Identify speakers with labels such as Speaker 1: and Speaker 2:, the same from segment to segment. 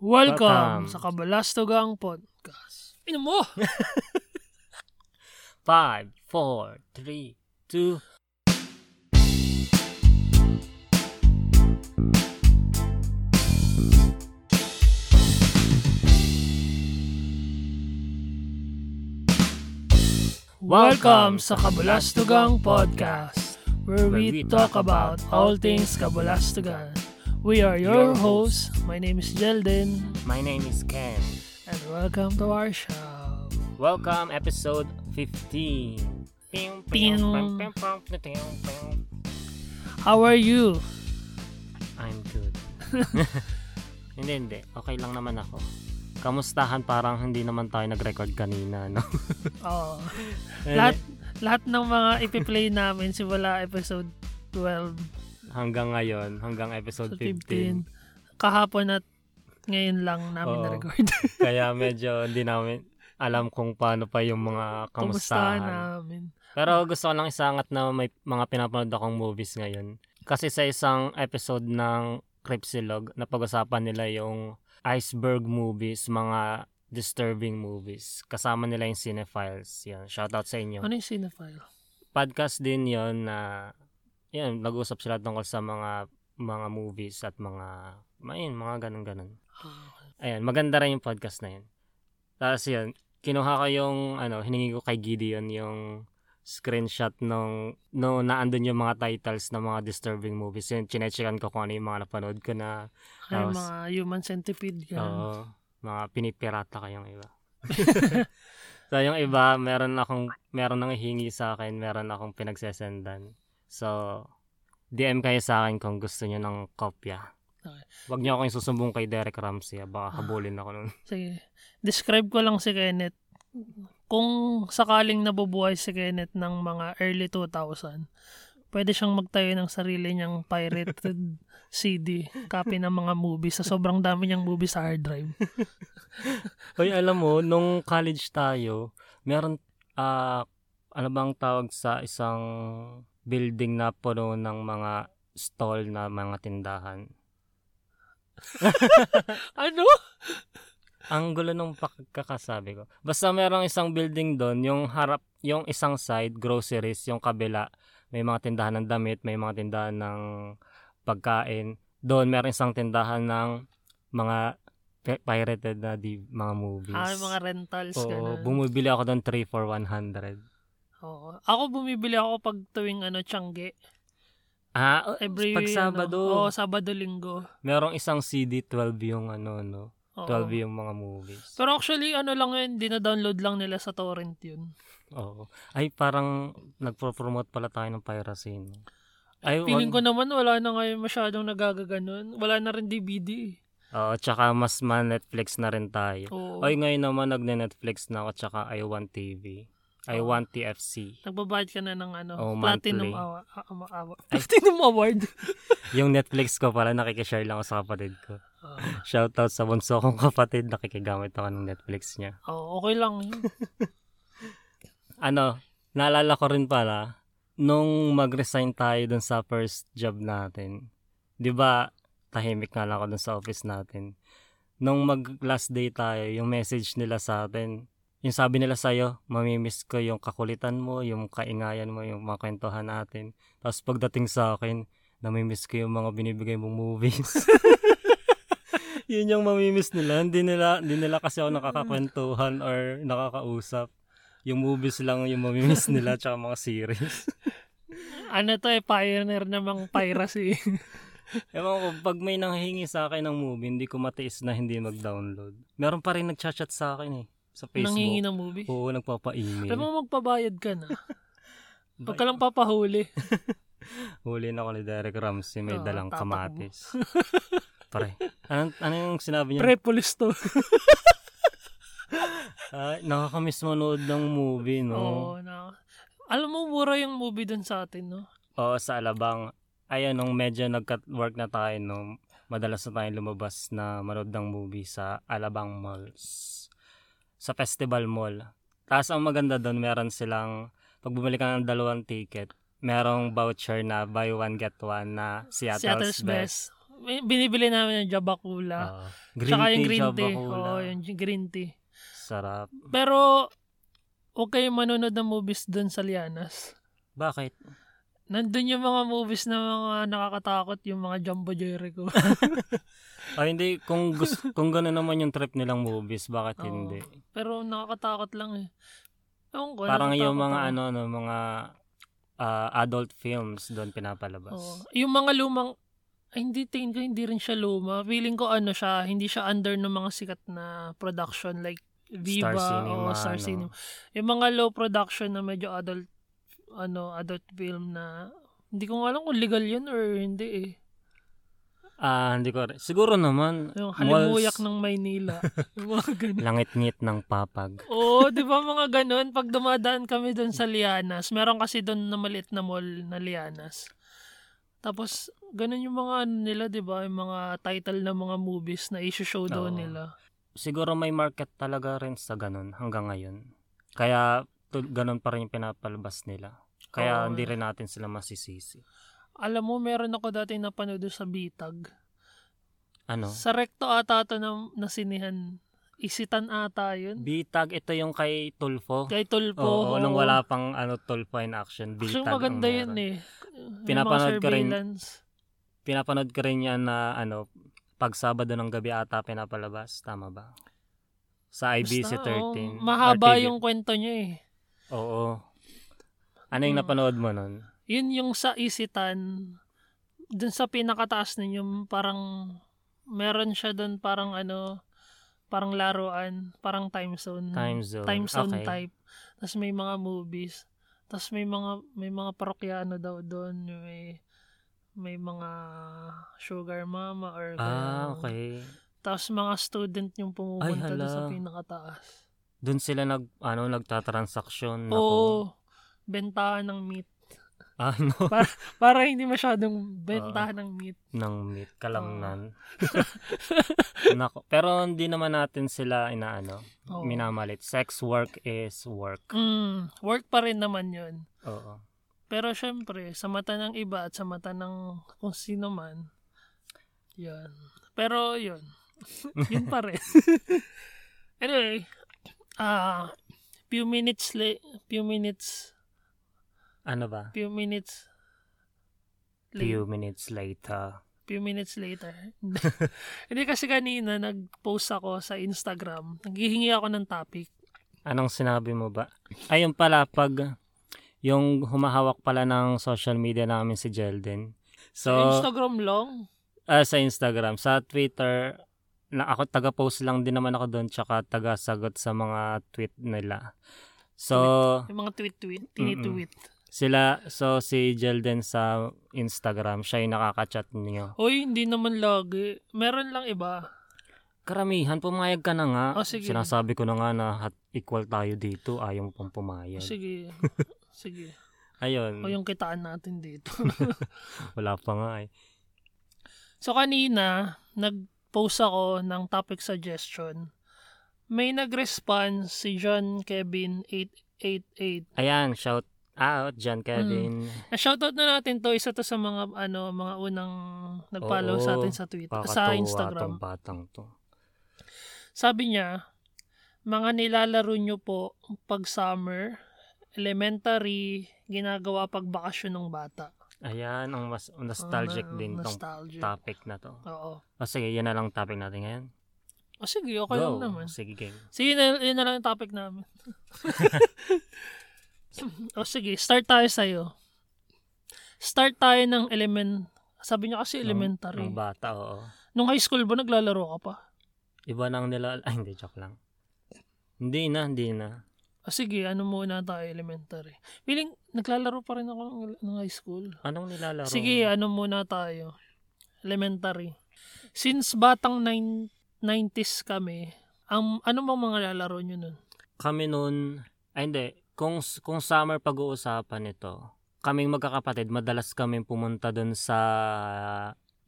Speaker 1: Welcome
Speaker 2: Welcome.
Speaker 1: sa Kabalastogang Podcast. Ino mo!
Speaker 2: 5, 4, 3, 2.
Speaker 1: Welcome sa Kabalastogang Podcast, where we talk about all things Kabalastogan. We are your hosts. My name is Jelden,
Speaker 2: My name is Ken.
Speaker 1: and welcome to our show.
Speaker 2: Welcome episode 15. Ping, ping,
Speaker 1: Ping.
Speaker 2: ping, ping, ping, ping, ping.
Speaker 1: How are you?
Speaker 2: I'm good. hindi, hindi. Okay lang naman ako. Kamustahan parang hindi naman tayo nag-record kanina, no?
Speaker 1: Oh, lahat, lahat ng mga ipiplay namin simula episode 12
Speaker 2: Hanggang ngayon, hanggang episode
Speaker 1: to
Speaker 2: 15.
Speaker 1: 15. Kahapon at ngayon lang namin
Speaker 2: Oo.
Speaker 1: na-record.
Speaker 2: Kaya medyo hindi namin alam kung paano pa yung mga
Speaker 1: Kumusta
Speaker 2: kamustahan.
Speaker 1: namin?
Speaker 2: Pero gusto ko lang isangat na may mga pinapanood akong movies ngayon. Kasi sa isang episode ng Cripsilog, napag-usapan nila yung iceberg movies, mga disturbing movies. Kasama nila yung cinephiles. Yan, shoutout sa inyo.
Speaker 1: Ano yung cinephile?
Speaker 2: Podcast din yon na yan, nag-usap sila tungkol sa mga mga movies at mga main mga ganun-ganun. Ayan, maganda rin yung podcast na yun. Tapos yun, kinuha ko yung, ano, hiningi ko kay Gideon yung screenshot nung, no, naandun yung mga titles ng mga disturbing movies. Yun, chinecheckan ko kung ano yung mga napanood ko na,
Speaker 1: Ay,
Speaker 2: Tapos-
Speaker 1: mga human centipede ganun.
Speaker 2: oo, mga pinipirata ko yung iba. so, yung iba, meron akong, meron nang hihingi sa akin, meron akong pinagsesendan. So, DM kayo sa akin kung gusto nyo ng kopya.
Speaker 1: Okay.
Speaker 2: Huwag nyo akong susumbong kay Derek Ramsey, ah, baka habulin ako nun.
Speaker 1: Sige. Describe ko lang si Kenneth. Kung sakaling nabubuhay si Kenneth ng mga early 2000, pwede siyang magtayo ng sarili niyang pirated CD, copy ng mga movies sa sobrang dami niyang movies sa hard drive.
Speaker 2: Hoy, alam mo, nung college tayo, meron, ah, ano bang tawag sa isang building na puno ng mga stall na mga tindahan.
Speaker 1: Ano?
Speaker 2: Ang gulo nung pagkakasabi ko. Basta merong isang building doon, yung harap, yung isang side, groceries, yung kabila, may mga tindahan ng damit, may mga tindahan ng pagkain. Doon, meron isang tindahan ng mga pi- pirated na di, mga movies.
Speaker 1: Ah, yung mga rentals,
Speaker 2: Oo,
Speaker 1: ganun.
Speaker 2: bumibili ako doon 3 for 100.
Speaker 1: Oo. Ako bumibili ako pag tuwing ano, Changi.
Speaker 2: Ah, o-
Speaker 1: Every,
Speaker 2: pag
Speaker 1: Ano,
Speaker 2: Sabado,
Speaker 1: oo, Sabado, Linggo.
Speaker 2: merong isang CD 12 yung ano no,
Speaker 1: Oo.
Speaker 2: 12 yung mga movies.
Speaker 1: Pero actually, ano lang yun, dinadownload lang nila sa torrent yun.
Speaker 2: Oo. Ay parang nagpo-promote pala tayo ng piracy. No? Ay,
Speaker 1: Feeling ko naman wala na ngayon masyadong nagagaganon. Wala na rin DVD. eh.
Speaker 2: Oo, tsaka mas man Netflix na rin tayo.
Speaker 1: Oo.
Speaker 2: Ay ngayon naman nagne-Netflix na ako tsaka I want TV. I
Speaker 1: Oo.
Speaker 2: want TFC.
Speaker 1: Nagbabayad ka na ng ano,
Speaker 2: Oo,
Speaker 1: platinum
Speaker 2: Oh, monthly.
Speaker 1: awa, a- ama- awa- platinum award.
Speaker 2: Yung Netflix ko pala nakikishare lang ako sa kapatid ko.
Speaker 1: Oo,
Speaker 2: Shoutout sa bunso kong kapatid, nakikigamit ako ng Netflix niya.
Speaker 1: Oo, okay lang. yun.
Speaker 2: ano, naalala ko rin pala, nung mag-resign tayo dun sa first job natin, di ba, tahimik nga lang ako dun sa office natin. Nung mag-last day tayo, yung message nila sa atin, yung sabi nila sa'yo, mamimiss ko yung kakulitan mo, yung kaingayan mo, yung mga kwentuhan natin. Tapos pagdating sa akin, namimiss ko yung mga binibigay mong movies. Yun yung mamimiss nila. Hindi nila, hindi nila kasi ako nakakakwentuhan or nakakausap. Yung movies lang yung mamimiss nila tsaka mga series.
Speaker 1: Ano to eh, pioneer namang piracy.
Speaker 2: Ewan ko, pag may nanghingi sa akin ng movie, hindi ko matiis na hindi mag-download. Meron pa rin nagchat-chat sa akin eh. Sa
Speaker 1: Nangingi
Speaker 2: Facebook. Oh,
Speaker 1: ng movie.
Speaker 2: Oo, nagpapa-email.
Speaker 1: Alam mo, magpabayad ka na.
Speaker 2: Ba-
Speaker 1: Huwag ka lang papahuli.
Speaker 2: Huli na ako ni Derek Ramsey, may
Speaker 1: Oo,
Speaker 2: dalang
Speaker 1: tatak mo.
Speaker 2: kamatis. Pare, ano, ano yung sinabi niya?
Speaker 1: Prepolis to.
Speaker 2: Ah, nakakamiss manood ng movie,
Speaker 1: Oo,
Speaker 2: no?
Speaker 1: na. Alam mo, mura yung movie dun sa atin, no?
Speaker 2: Oo, sa Alabang. Ayun, nung medyo nagka-work na tayo, no? Madalas na tayong lumabas na manood ng movie sa Alabang Malls. Sa Festival Mall. Tapos ang maganda doon, meron silang, pag bumili ka ng dalawang ticket, merong voucher na buy one get one na Seattle's, best.
Speaker 1: best. May- Binibili namin yung Jabakula.
Speaker 2: Ah,
Speaker 1: Tsaka yung green
Speaker 2: Java
Speaker 1: tea.
Speaker 2: Cola.
Speaker 1: Oo, yung green tea.
Speaker 2: Sarap.
Speaker 1: Pero, okay manonood ng movies dun sa Lianas.
Speaker 2: Bakit?
Speaker 1: Nandun yung mga movies na mga nakakatakot, yung mga Jumbo Jericho.
Speaker 2: Ah, hindi. Kung, gusto, kung gano'n naman yung trip nilang movies, bakit
Speaker 1: Oo.
Speaker 2: hindi?
Speaker 1: Pero nakakatakot lang eh. Ewan ko,
Speaker 2: Parang yung
Speaker 1: natatakot
Speaker 2: mga
Speaker 1: ako.
Speaker 2: ano, no, mga ah, adult films doon pinapalabas.
Speaker 1: Oo. Yung mga lumang, ay, hindi tingin ko, hindi rin siya luma. Feeling ko ano siya, hindi siya under ng mga sikat na production like Viva
Speaker 2: Star Cinema,
Speaker 1: o Star
Speaker 2: ano.
Speaker 1: Cinema. Yung mga low production na medyo adult, ano, adult film na, hindi ko nga alam kung legal yun or hindi eh.
Speaker 2: Ah, hindi ko rin. Siguro naman,
Speaker 1: Yung halimuyak
Speaker 2: malls,
Speaker 1: ng Maynila. yung mga ganun.
Speaker 2: langit-ngit ng papag.
Speaker 1: Oo, di ba mga ganun? Pag dumadaan kami doon sa Lianas, meron kasi doon na maliit na mall na Lianas. Tapos, ganun yung mga ano nila, di ba? Yung mga title ng mga movies na isi-show doon
Speaker 2: Oo.
Speaker 1: nila.
Speaker 2: Siguro may market talaga rin sa ganun hanggang ngayon. Kaya tul- ganun pa rin yung pinapalabas nila. Kaya
Speaker 1: Oo.
Speaker 2: hindi rin natin sila masisisi.
Speaker 1: Alam mo, meron ako dati napanood doon sa Bitag.
Speaker 2: Ano?
Speaker 1: Sa Recto ata ito na, na sinihan. Isitan ata yun.
Speaker 2: Bitag, ito yung kay Tulfo.
Speaker 1: Kay Tulpo.
Speaker 2: Mm. Oo, nung wala pang ano, Tulfo in action.
Speaker 1: Actually,
Speaker 2: Bitag ang
Speaker 1: maganda yun
Speaker 2: meron.
Speaker 1: eh. Yung mga
Speaker 2: Pinapanood ko rin-
Speaker 1: surveillance.
Speaker 2: Pinapanood ko rin yan na ano, pag Sabado ng gabi ata pinapalabas. Tama ba? Sa IBC
Speaker 1: Basta, oo,
Speaker 2: 13.
Speaker 1: mahaba
Speaker 2: or TV.
Speaker 1: yung kwento niya eh.
Speaker 2: Oo. Ano yung
Speaker 1: Mm.
Speaker 2: napanood mo nun?
Speaker 1: Yun yung sa isitan, dun sa pinakataas nun, yung parang, meron siya dun parang ano, parang laruan, parang time zone.
Speaker 2: Time
Speaker 1: Hmm.
Speaker 2: zone.
Speaker 1: Time zone
Speaker 2: okay.
Speaker 1: type. Tapos may mga movies. Tapos may mga, may mga parokyano daw dun, may, may mga sugar mama or
Speaker 2: Ah,
Speaker 1: ganun.
Speaker 2: okay.
Speaker 1: Tapos mga student yung pumupunta dun sa
Speaker 2: hala.
Speaker 1: pinakataas.
Speaker 2: Doon sila nag ano nagtatransaksyon na
Speaker 1: Oo. Bentahan ng meat.
Speaker 2: ano
Speaker 1: Para hindi masyadong bentahan ng meat.
Speaker 2: ng meat
Speaker 1: Ah.
Speaker 2: kalamnan. Nako, pero hindi naman natin sila inaano,
Speaker 1: Oo.
Speaker 2: minamalit. Sex work is work.
Speaker 1: Mm, work pa rin naman yun.
Speaker 2: Oo.
Speaker 1: Pero syempre, sa mata ng iba at sa mata ng kung sino man, yun. Pero yun, yun pa rin. anyway, ah, few minutes, la- few minutes,
Speaker 2: Ano ba?
Speaker 1: few minutes, late,
Speaker 2: Few minutes later.
Speaker 1: few minutes later. Hindi kasi kanina, nag-post ako sa Instagram. Naghihingi ako ng topic.
Speaker 2: Anong sinabi mo ba? Ayun pala pag yung humahawak pala ng social media namin si Jelden. So,
Speaker 1: Instagram long.
Speaker 2: Ah, sa Instagram. Sa Twitter, na ako taga-post lang din naman ako doon tsaka taga-sagot sa mga tweet nila. So,
Speaker 1: Yung mga tweet-tweet,
Speaker 2: Mm-mm.
Speaker 1: tinitweet.
Speaker 2: sila, so si Jelden sa Instagram, siya yung nakaka-chat niyo.
Speaker 1: Hoy, hindi naman lagi. Meron lang iba.
Speaker 2: Karamihan, pumayag ka na nga.
Speaker 1: Oh, sige.
Speaker 2: Sinasabi ko na nga na hat- equal tayo dito, ayaw mo pang pumayag.
Speaker 1: Sige. Sige. O
Speaker 2: Ayun,
Speaker 1: yung kitaan natin dito.
Speaker 2: wala pa nga eh.
Speaker 1: so kanina, nag-post ako ng topic suggestion. May nag-response si John Kevin 888.
Speaker 2: Ayan, shout out, John Kevin.
Speaker 1: Na shoutout na natin to, isa to sa mga ano, mga unang nag-follow
Speaker 2: Oo,
Speaker 1: sa atin sa Twitter,
Speaker 2: Pakatuwa
Speaker 1: sa Instagram.
Speaker 2: tong batang to.
Speaker 1: Sabi niya, mga nilalaro nyo po pag summer, elementary, ginagawa pag bakasyon ng bata.
Speaker 2: Ayan, ang mas nostalgic
Speaker 1: Ah,
Speaker 2: din tong
Speaker 1: nostalgic.
Speaker 2: topic na to.
Speaker 1: Oo.
Speaker 2: O sige, yan na lang topic natin ngayon.
Speaker 1: O sige, okay lang naman.
Speaker 2: Sige, game.
Speaker 1: Sige, yun na, yun na lang yung topic namin. o sige, start tayo sa'yo. Start tayo ng element, sabi niya kasi elementary.
Speaker 2: Ng bata, oo.
Speaker 1: Nung high school ba naglalaro ka pa?
Speaker 2: Iba nang nila... Ay, hindi, joke lang. Hindi na, hindi na.
Speaker 1: O sige, ano muna tayo elementary. Feeling, naglalaro pa rin ako ng, ng high school.
Speaker 2: Anong nilalaro?
Speaker 1: Sige, ano muna tayo? Elementary. Since batang nine- 90s kami, ang, ano bang mga lalaro nyo nun?
Speaker 2: Kami noon... Ay, hindi. Kung, kung summer pag-uusapan ito, kaming magkakapatid, madalas kaming pumunta doon sa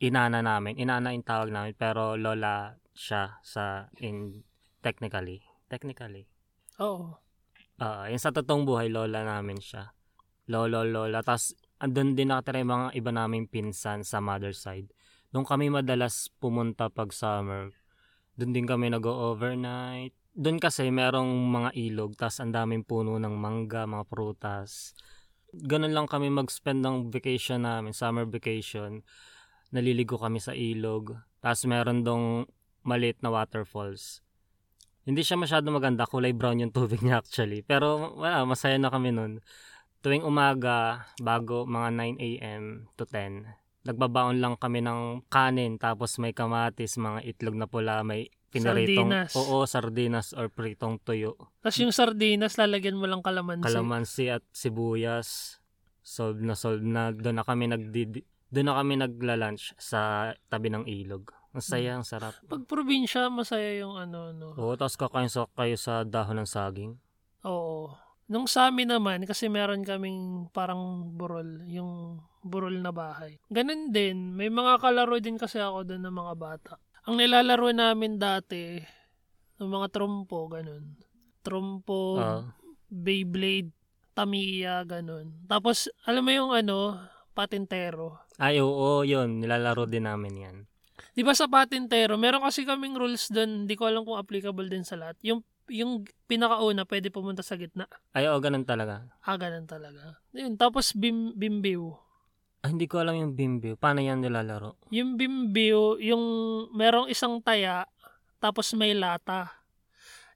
Speaker 2: inana namin. Inana yung tawag namin, pero lola siya sa in technically. Technically.
Speaker 1: Oo.
Speaker 2: Ah, yung sa totoong buhay, lola namin siya. Lolo, lola. Tapos, andun din nakatira yung mga iba naming pinsan sa mother side. Doon kami madalas pumunta pag summer. Doon din kami nag-overnight. Doon kasi merong mga ilog, tas ang daming puno ng mangga, mga prutas. Ganun lang kami mag-spend ng vacation namin, summer vacation. Naliligo kami sa ilog. Tas meron dong maliit na waterfalls. Hindi siya masyado maganda, kulay brown yung tubig niya actually. Pero wala, masaya na kami nun. Tuwing umaga, bago mga 9 a.m. to 10, nagbabaon lang kami ng kanin tapos may kamatis, mga itlog na pula, may pinaritong
Speaker 1: Sardinas.
Speaker 2: oo, sardinas or pritong tuyo,
Speaker 1: Tapos yung sardinas, lalagyan mo lang kalamansi.
Speaker 2: kalamansi at sibuyas. Solve na solve na doon na kami nagdidi doon na kami nagla-lunch sa tabi ng ilog. Ang saya, ang sarap.
Speaker 1: Pag probinsya, masaya yung ano, ano.
Speaker 2: Oo, tapos kakain sa, kayo sa dahon ng saging.
Speaker 1: Oo. Nung sa amin naman, kasi meron kaming parang burol, yung burol na bahay. Ganun din, may mga kalaro din kasi ako doon ng mga bata. Ang nilalaro namin dati, ng mga trompo, ganun. Trompo,
Speaker 2: Ah,
Speaker 1: Beyblade, Tamiya, ganun. Tapos, alam mo yung ano, patintero.
Speaker 2: ay, oo, yun. Nilalaro din namin yan.
Speaker 1: Di ba sa patintero, meron kasi kaming rules doon, di ko alam kung applicable din sa lahat. Yung, yung pinakauna, pwede pumunta sa gitna.
Speaker 2: Ay, oo, ganun talaga.
Speaker 1: Ah, ganun talaga. Yun, tapos bim, bimbiw.
Speaker 2: Ah, hindi ko alam yung bimbi. Paano yan nilalaro?
Speaker 1: Yung bimbiw, yung merong isang taya, tapos may lata.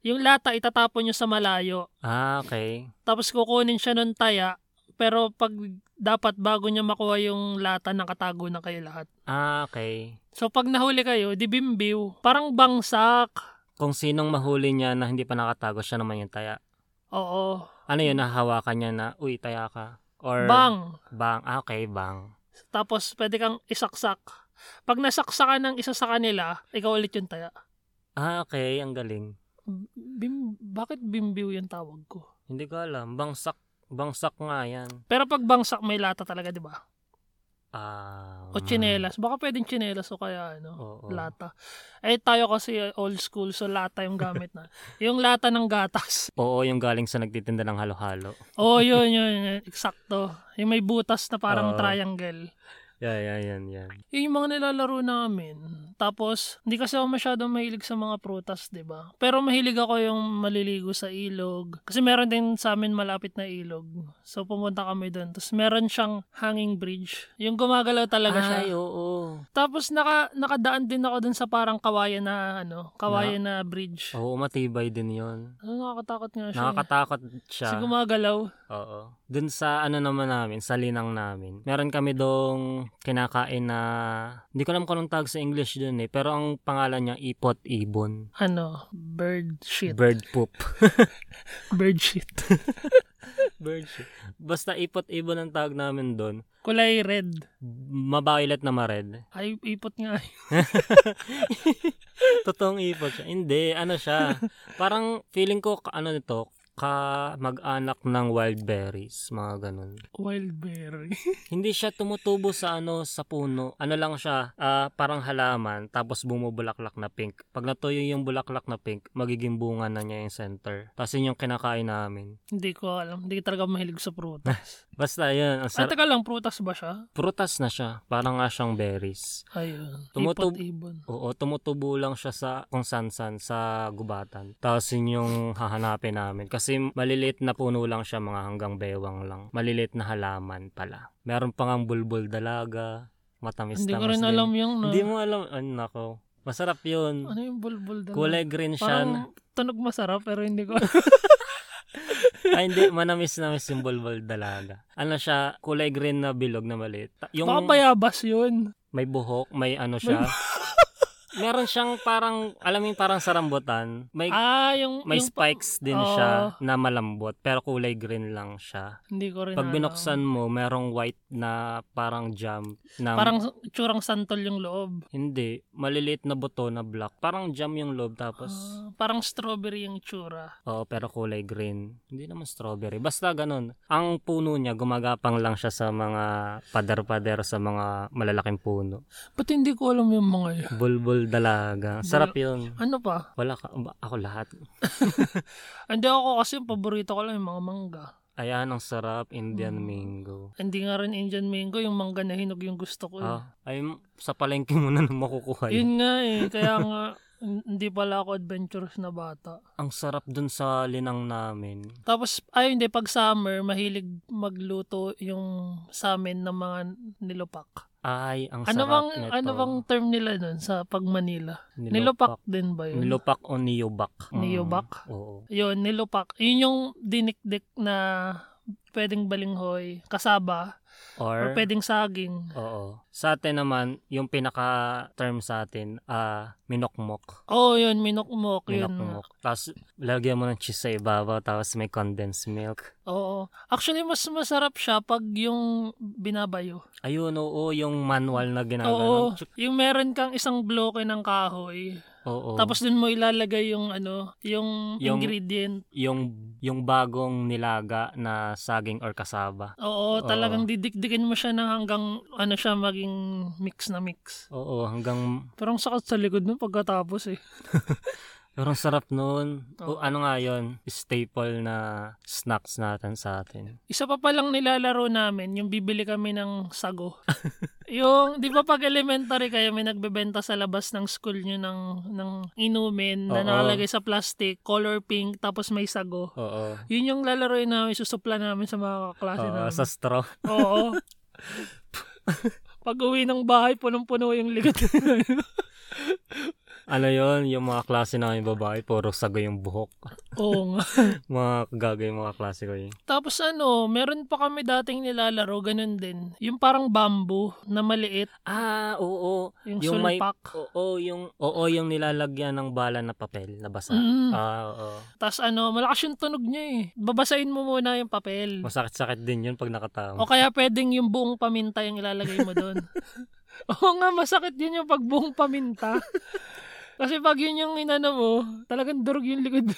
Speaker 1: Yung lata, itatapon nyo sa malayo.
Speaker 2: Ah, okay.
Speaker 1: Tapos kukunin siya ng taya, pero pag dapat bago niya makuha yung lata, nakatago na kayo lahat.
Speaker 2: Ah, okay.
Speaker 1: So pag nahuli kayo, di bimbiw, parang bangsak.
Speaker 2: Kung sinong mahuli niya na hindi pa nakatago, siya naman yung taya.
Speaker 1: Oo,
Speaker 2: Ano yun, nahawakan niya na, uy, taya ka. Or,
Speaker 1: bang.
Speaker 2: Bang. Ah, okay, bang.
Speaker 1: Tapos pwede kang isaksak. Pag nasaksakan ng isa sa kanila, ikaw ulit yung taya.
Speaker 2: Ah, okay, ang galing.
Speaker 1: Bim, bakit bimbiw yung tawag ko?
Speaker 2: Hindi ko alam. Bangsak, bangsak nga yan.
Speaker 1: Pero pag bangsak, may lata talaga, di ba?
Speaker 2: Ah,
Speaker 1: O chinelas. Baka pwedeng chinelas o kaya ano,
Speaker 2: Oo.
Speaker 1: lata. Eh tayo kasi uh, old school so lata yung gamit na. yung lata ng gatas.
Speaker 2: Oo, yung galing sa nagtitinda ng halo-halo.
Speaker 1: Oo, yun, yun, yun. Eksakto. Yung may butas na parang
Speaker 2: Oo.
Speaker 1: triangle.
Speaker 2: Yan, yan, yan, yan.
Speaker 1: Yun yung mga nilalaro namin. Tapos, hindi kasi ako masyadong mahilig sa mga prutas, di ba? Pero mahilig ako yung maliligo sa ilog. Kasi meron din sa amin malapit na ilog. So, pumunta kami doon. Tapos, meron siyang hanging bridge. Yung gumagalaw talaga siya.
Speaker 2: Ay, oo.
Speaker 1: Tapos naka nakadaan din ako dun sa parang kawayan na ano, kawayan na bridge.
Speaker 2: Oo, matibay din yon.
Speaker 1: Ano, nakakatakot nga siya.
Speaker 2: Oh. Nakakatakot
Speaker 1: Kasi
Speaker 2: siya.
Speaker 1: gumagalaw.
Speaker 2: Oo. Dun sa ano naman namin, sa linang namin, meron kami dong kinakain na, hindi ko alam kung anong tag sa English dun eh, pero ang pangalan niya, ipot ibon.
Speaker 1: Ano, bird shit.
Speaker 2: Bird poop.
Speaker 1: Bird shit.
Speaker 2: Bird shit. Basta ipot ibon ang tag namin dun.
Speaker 1: Kulay red.
Speaker 2: Mabawilat na mared.
Speaker 1: Ay, ipot nga. eh.
Speaker 2: Totoong ipot siya. Hindi, ano siya. Parang feeling ko, ka- ano nito, ka mag-anak ng wild berries, mga ganun.
Speaker 1: Wild berry.
Speaker 2: Hindi siya tumutubo sa ano sa puno. Ano lang siya, ah, parang halaman tapos bumubulaklak na pink. Pag natuyo yung bulaklak na pink, magiging bunga na niya yung center. Tapos yun yung kinakain namin.
Speaker 1: Hindi ko alam. Hindi talaga mahilig sa
Speaker 2: Ah,
Speaker 1: prutas.
Speaker 2: Basta yun, ang
Speaker 1: Ay,
Speaker 2: sar-
Speaker 1: teka lang, prutas ba siya?
Speaker 2: prutas na siya. Parang nga siyang berries.
Speaker 1: Ayun.
Speaker 2: Tumutub-
Speaker 1: Ipot ibon.
Speaker 2: Oo, tumutubo lang siya sa kung san-san, sa gubatan. Tapos yun yung hahanapin namin. Kasi maliliit na puno lang siya, mga hanggang bewang lang. Maliliit na halaman pala. Meron pa ngang bulbul dalaga, matamis-tamis
Speaker 1: Hindi ko rin
Speaker 2: din.
Speaker 1: alam yung... na-
Speaker 2: Hindi mo alam. Ano nako. Masarap yun.
Speaker 1: Ano yung bulbul dalaga?
Speaker 2: Kulay green siya. na-
Speaker 1: Parang tunog masarap pero hindi ko
Speaker 2: Ay, hindi. Manamis-namis yung bulbul dalaga. Ano siya? Kulay green na bilog na maliit. Ta- Yung
Speaker 1: Baka bayabas yun.
Speaker 2: may buhok, may ano siya. Meron siyang parang, alam mo yung parang sarambutan. May,
Speaker 1: Ah, yung...
Speaker 2: may
Speaker 1: yung pa-
Speaker 2: spikes din
Speaker 1: Oo.
Speaker 2: siya na malambot. Pero kulay green lang siya.
Speaker 1: Hindi ko rin
Speaker 2: Pag
Speaker 1: alam.
Speaker 2: binuksan mo, merong white na parang jam. Na,
Speaker 1: Parang tsurang santol yung loob.
Speaker 2: Hindi. Maliliit na buto na black. Parang jam yung loob tapos...
Speaker 1: Ah, parang strawberry yung tsura.
Speaker 2: Oo, pero kulay green. Hindi naman strawberry. Basta ganun. Ang puno niya, gumagapang lang siya sa mga pader-pader sa mga malalaking puno.
Speaker 1: Ba't hindi ko alam yung mga yun?
Speaker 2: Bulbul dalaga. Sarap yun.
Speaker 1: Ano pa?
Speaker 2: Wala ka. ba- Ako lahat.
Speaker 1: Hindi ako kasi yung paborito ko lang yung mga mangga.
Speaker 2: Ayan, ang sarap, Indian
Speaker 1: Mm.
Speaker 2: mango.
Speaker 1: Hindi nga rin Indian mango, yung mangga na hinog yung gusto ko. eh.
Speaker 2: Ah, ay, m- sa palengke mo na nung makukuha yun.
Speaker 1: Yun nga eh, kaya nga n- hindi pala ako adventurous na bata.
Speaker 2: Ang sarap dun sa linang namin.
Speaker 1: Tapos, ay hindi, pag summer, mahilig magluto yung sa amin ng mga nilupak.
Speaker 2: Ay, ang
Speaker 1: Ano
Speaker 2: sarap
Speaker 1: bang,
Speaker 2: nito.
Speaker 1: ano bang term nila nun sa pag Manila? Nilupak, din ba yun?
Speaker 2: Nilupak o niyobak. Mm,
Speaker 1: Niyobak?
Speaker 2: Oo.
Speaker 1: Yun, nilupak. Yun yung dinikdik na pwedeng balinghoy, kasaba, or
Speaker 2: Or,
Speaker 1: pwedeng saging.
Speaker 2: oo. Sa atin naman, yung pinaka-term sa atin, ah, minokmok.
Speaker 1: Oo, oh, yun, minokmok. Yun.
Speaker 2: Minokmok. Tapos, lagyan mo ng cheese sa ibabaw, tapos may condensed milk.
Speaker 1: Oo. Actually, mas masarap siya pag yung binabayo.
Speaker 2: Ayun, oo, yung manual na
Speaker 1: Oo.
Speaker 2: ginagano.
Speaker 1: Yung meron kang isang bloke ng kahoy,
Speaker 2: Oo.
Speaker 1: tapos dun mo ilalagay yung ano, yung,
Speaker 2: Yung-
Speaker 1: ingredient.
Speaker 2: yung yung bagong nilaga na saging or kasaba.
Speaker 1: Oo,
Speaker 2: Oo.
Speaker 1: talagang didikdikin mo siya ng hanggang ano siya maging mix na mix.
Speaker 2: Oo, hanggang
Speaker 1: Pero ang sakit sa likod nun pagkatapos eh.
Speaker 2: pero ang sarap noon.
Speaker 1: Oo.
Speaker 2: O ano nga 'yon? Staple na snacks natin sa atin.
Speaker 1: Isa pa palang nilalaro namin, yung bibili kami ng sago. yung, di ba pag elementary kayo, may nagbebenta sa labas ng school nyo ng, ng inumin na
Speaker 2: Oo.
Speaker 1: nakalagay sa plastic, color pink, tapos may sago.
Speaker 2: Oo.
Speaker 1: Yun yung lalaroin namin, susupla namin sa mga kaklase
Speaker 2: Oo,
Speaker 1: namin.
Speaker 2: sa straw.
Speaker 1: Oo. pag uwi ng bahay, punong-puno yung likod.
Speaker 2: Ano 'yon? Yung mga klase namin babae, puro sago yung buhok.
Speaker 1: Oo nga.
Speaker 2: Mga gagay mga klase ko yun.
Speaker 1: Tapos ano, meron pa kami dating nilalaro, ganun din. Yung parang bamboo na maliit,
Speaker 2: Ah, oo.
Speaker 1: yung,
Speaker 2: Yung may-
Speaker 1: sulpak.
Speaker 2: Oo, yung oo, yung nilalagyan ng bala na papel na basa.
Speaker 1: Mm.
Speaker 2: Ah, oo.
Speaker 1: Tapos ano, malakas yung tunog niya eh. Babasain mo muna yung papel.
Speaker 2: Masakit-sakit din 'yun pag nakatama.
Speaker 1: O kaya pwedeng yung buong paminta yung ilalagay mo doon. Oo nga, masakit yun yung pag buong paminta. Kasi pag yun yung inano mo, talagang durog yung likod.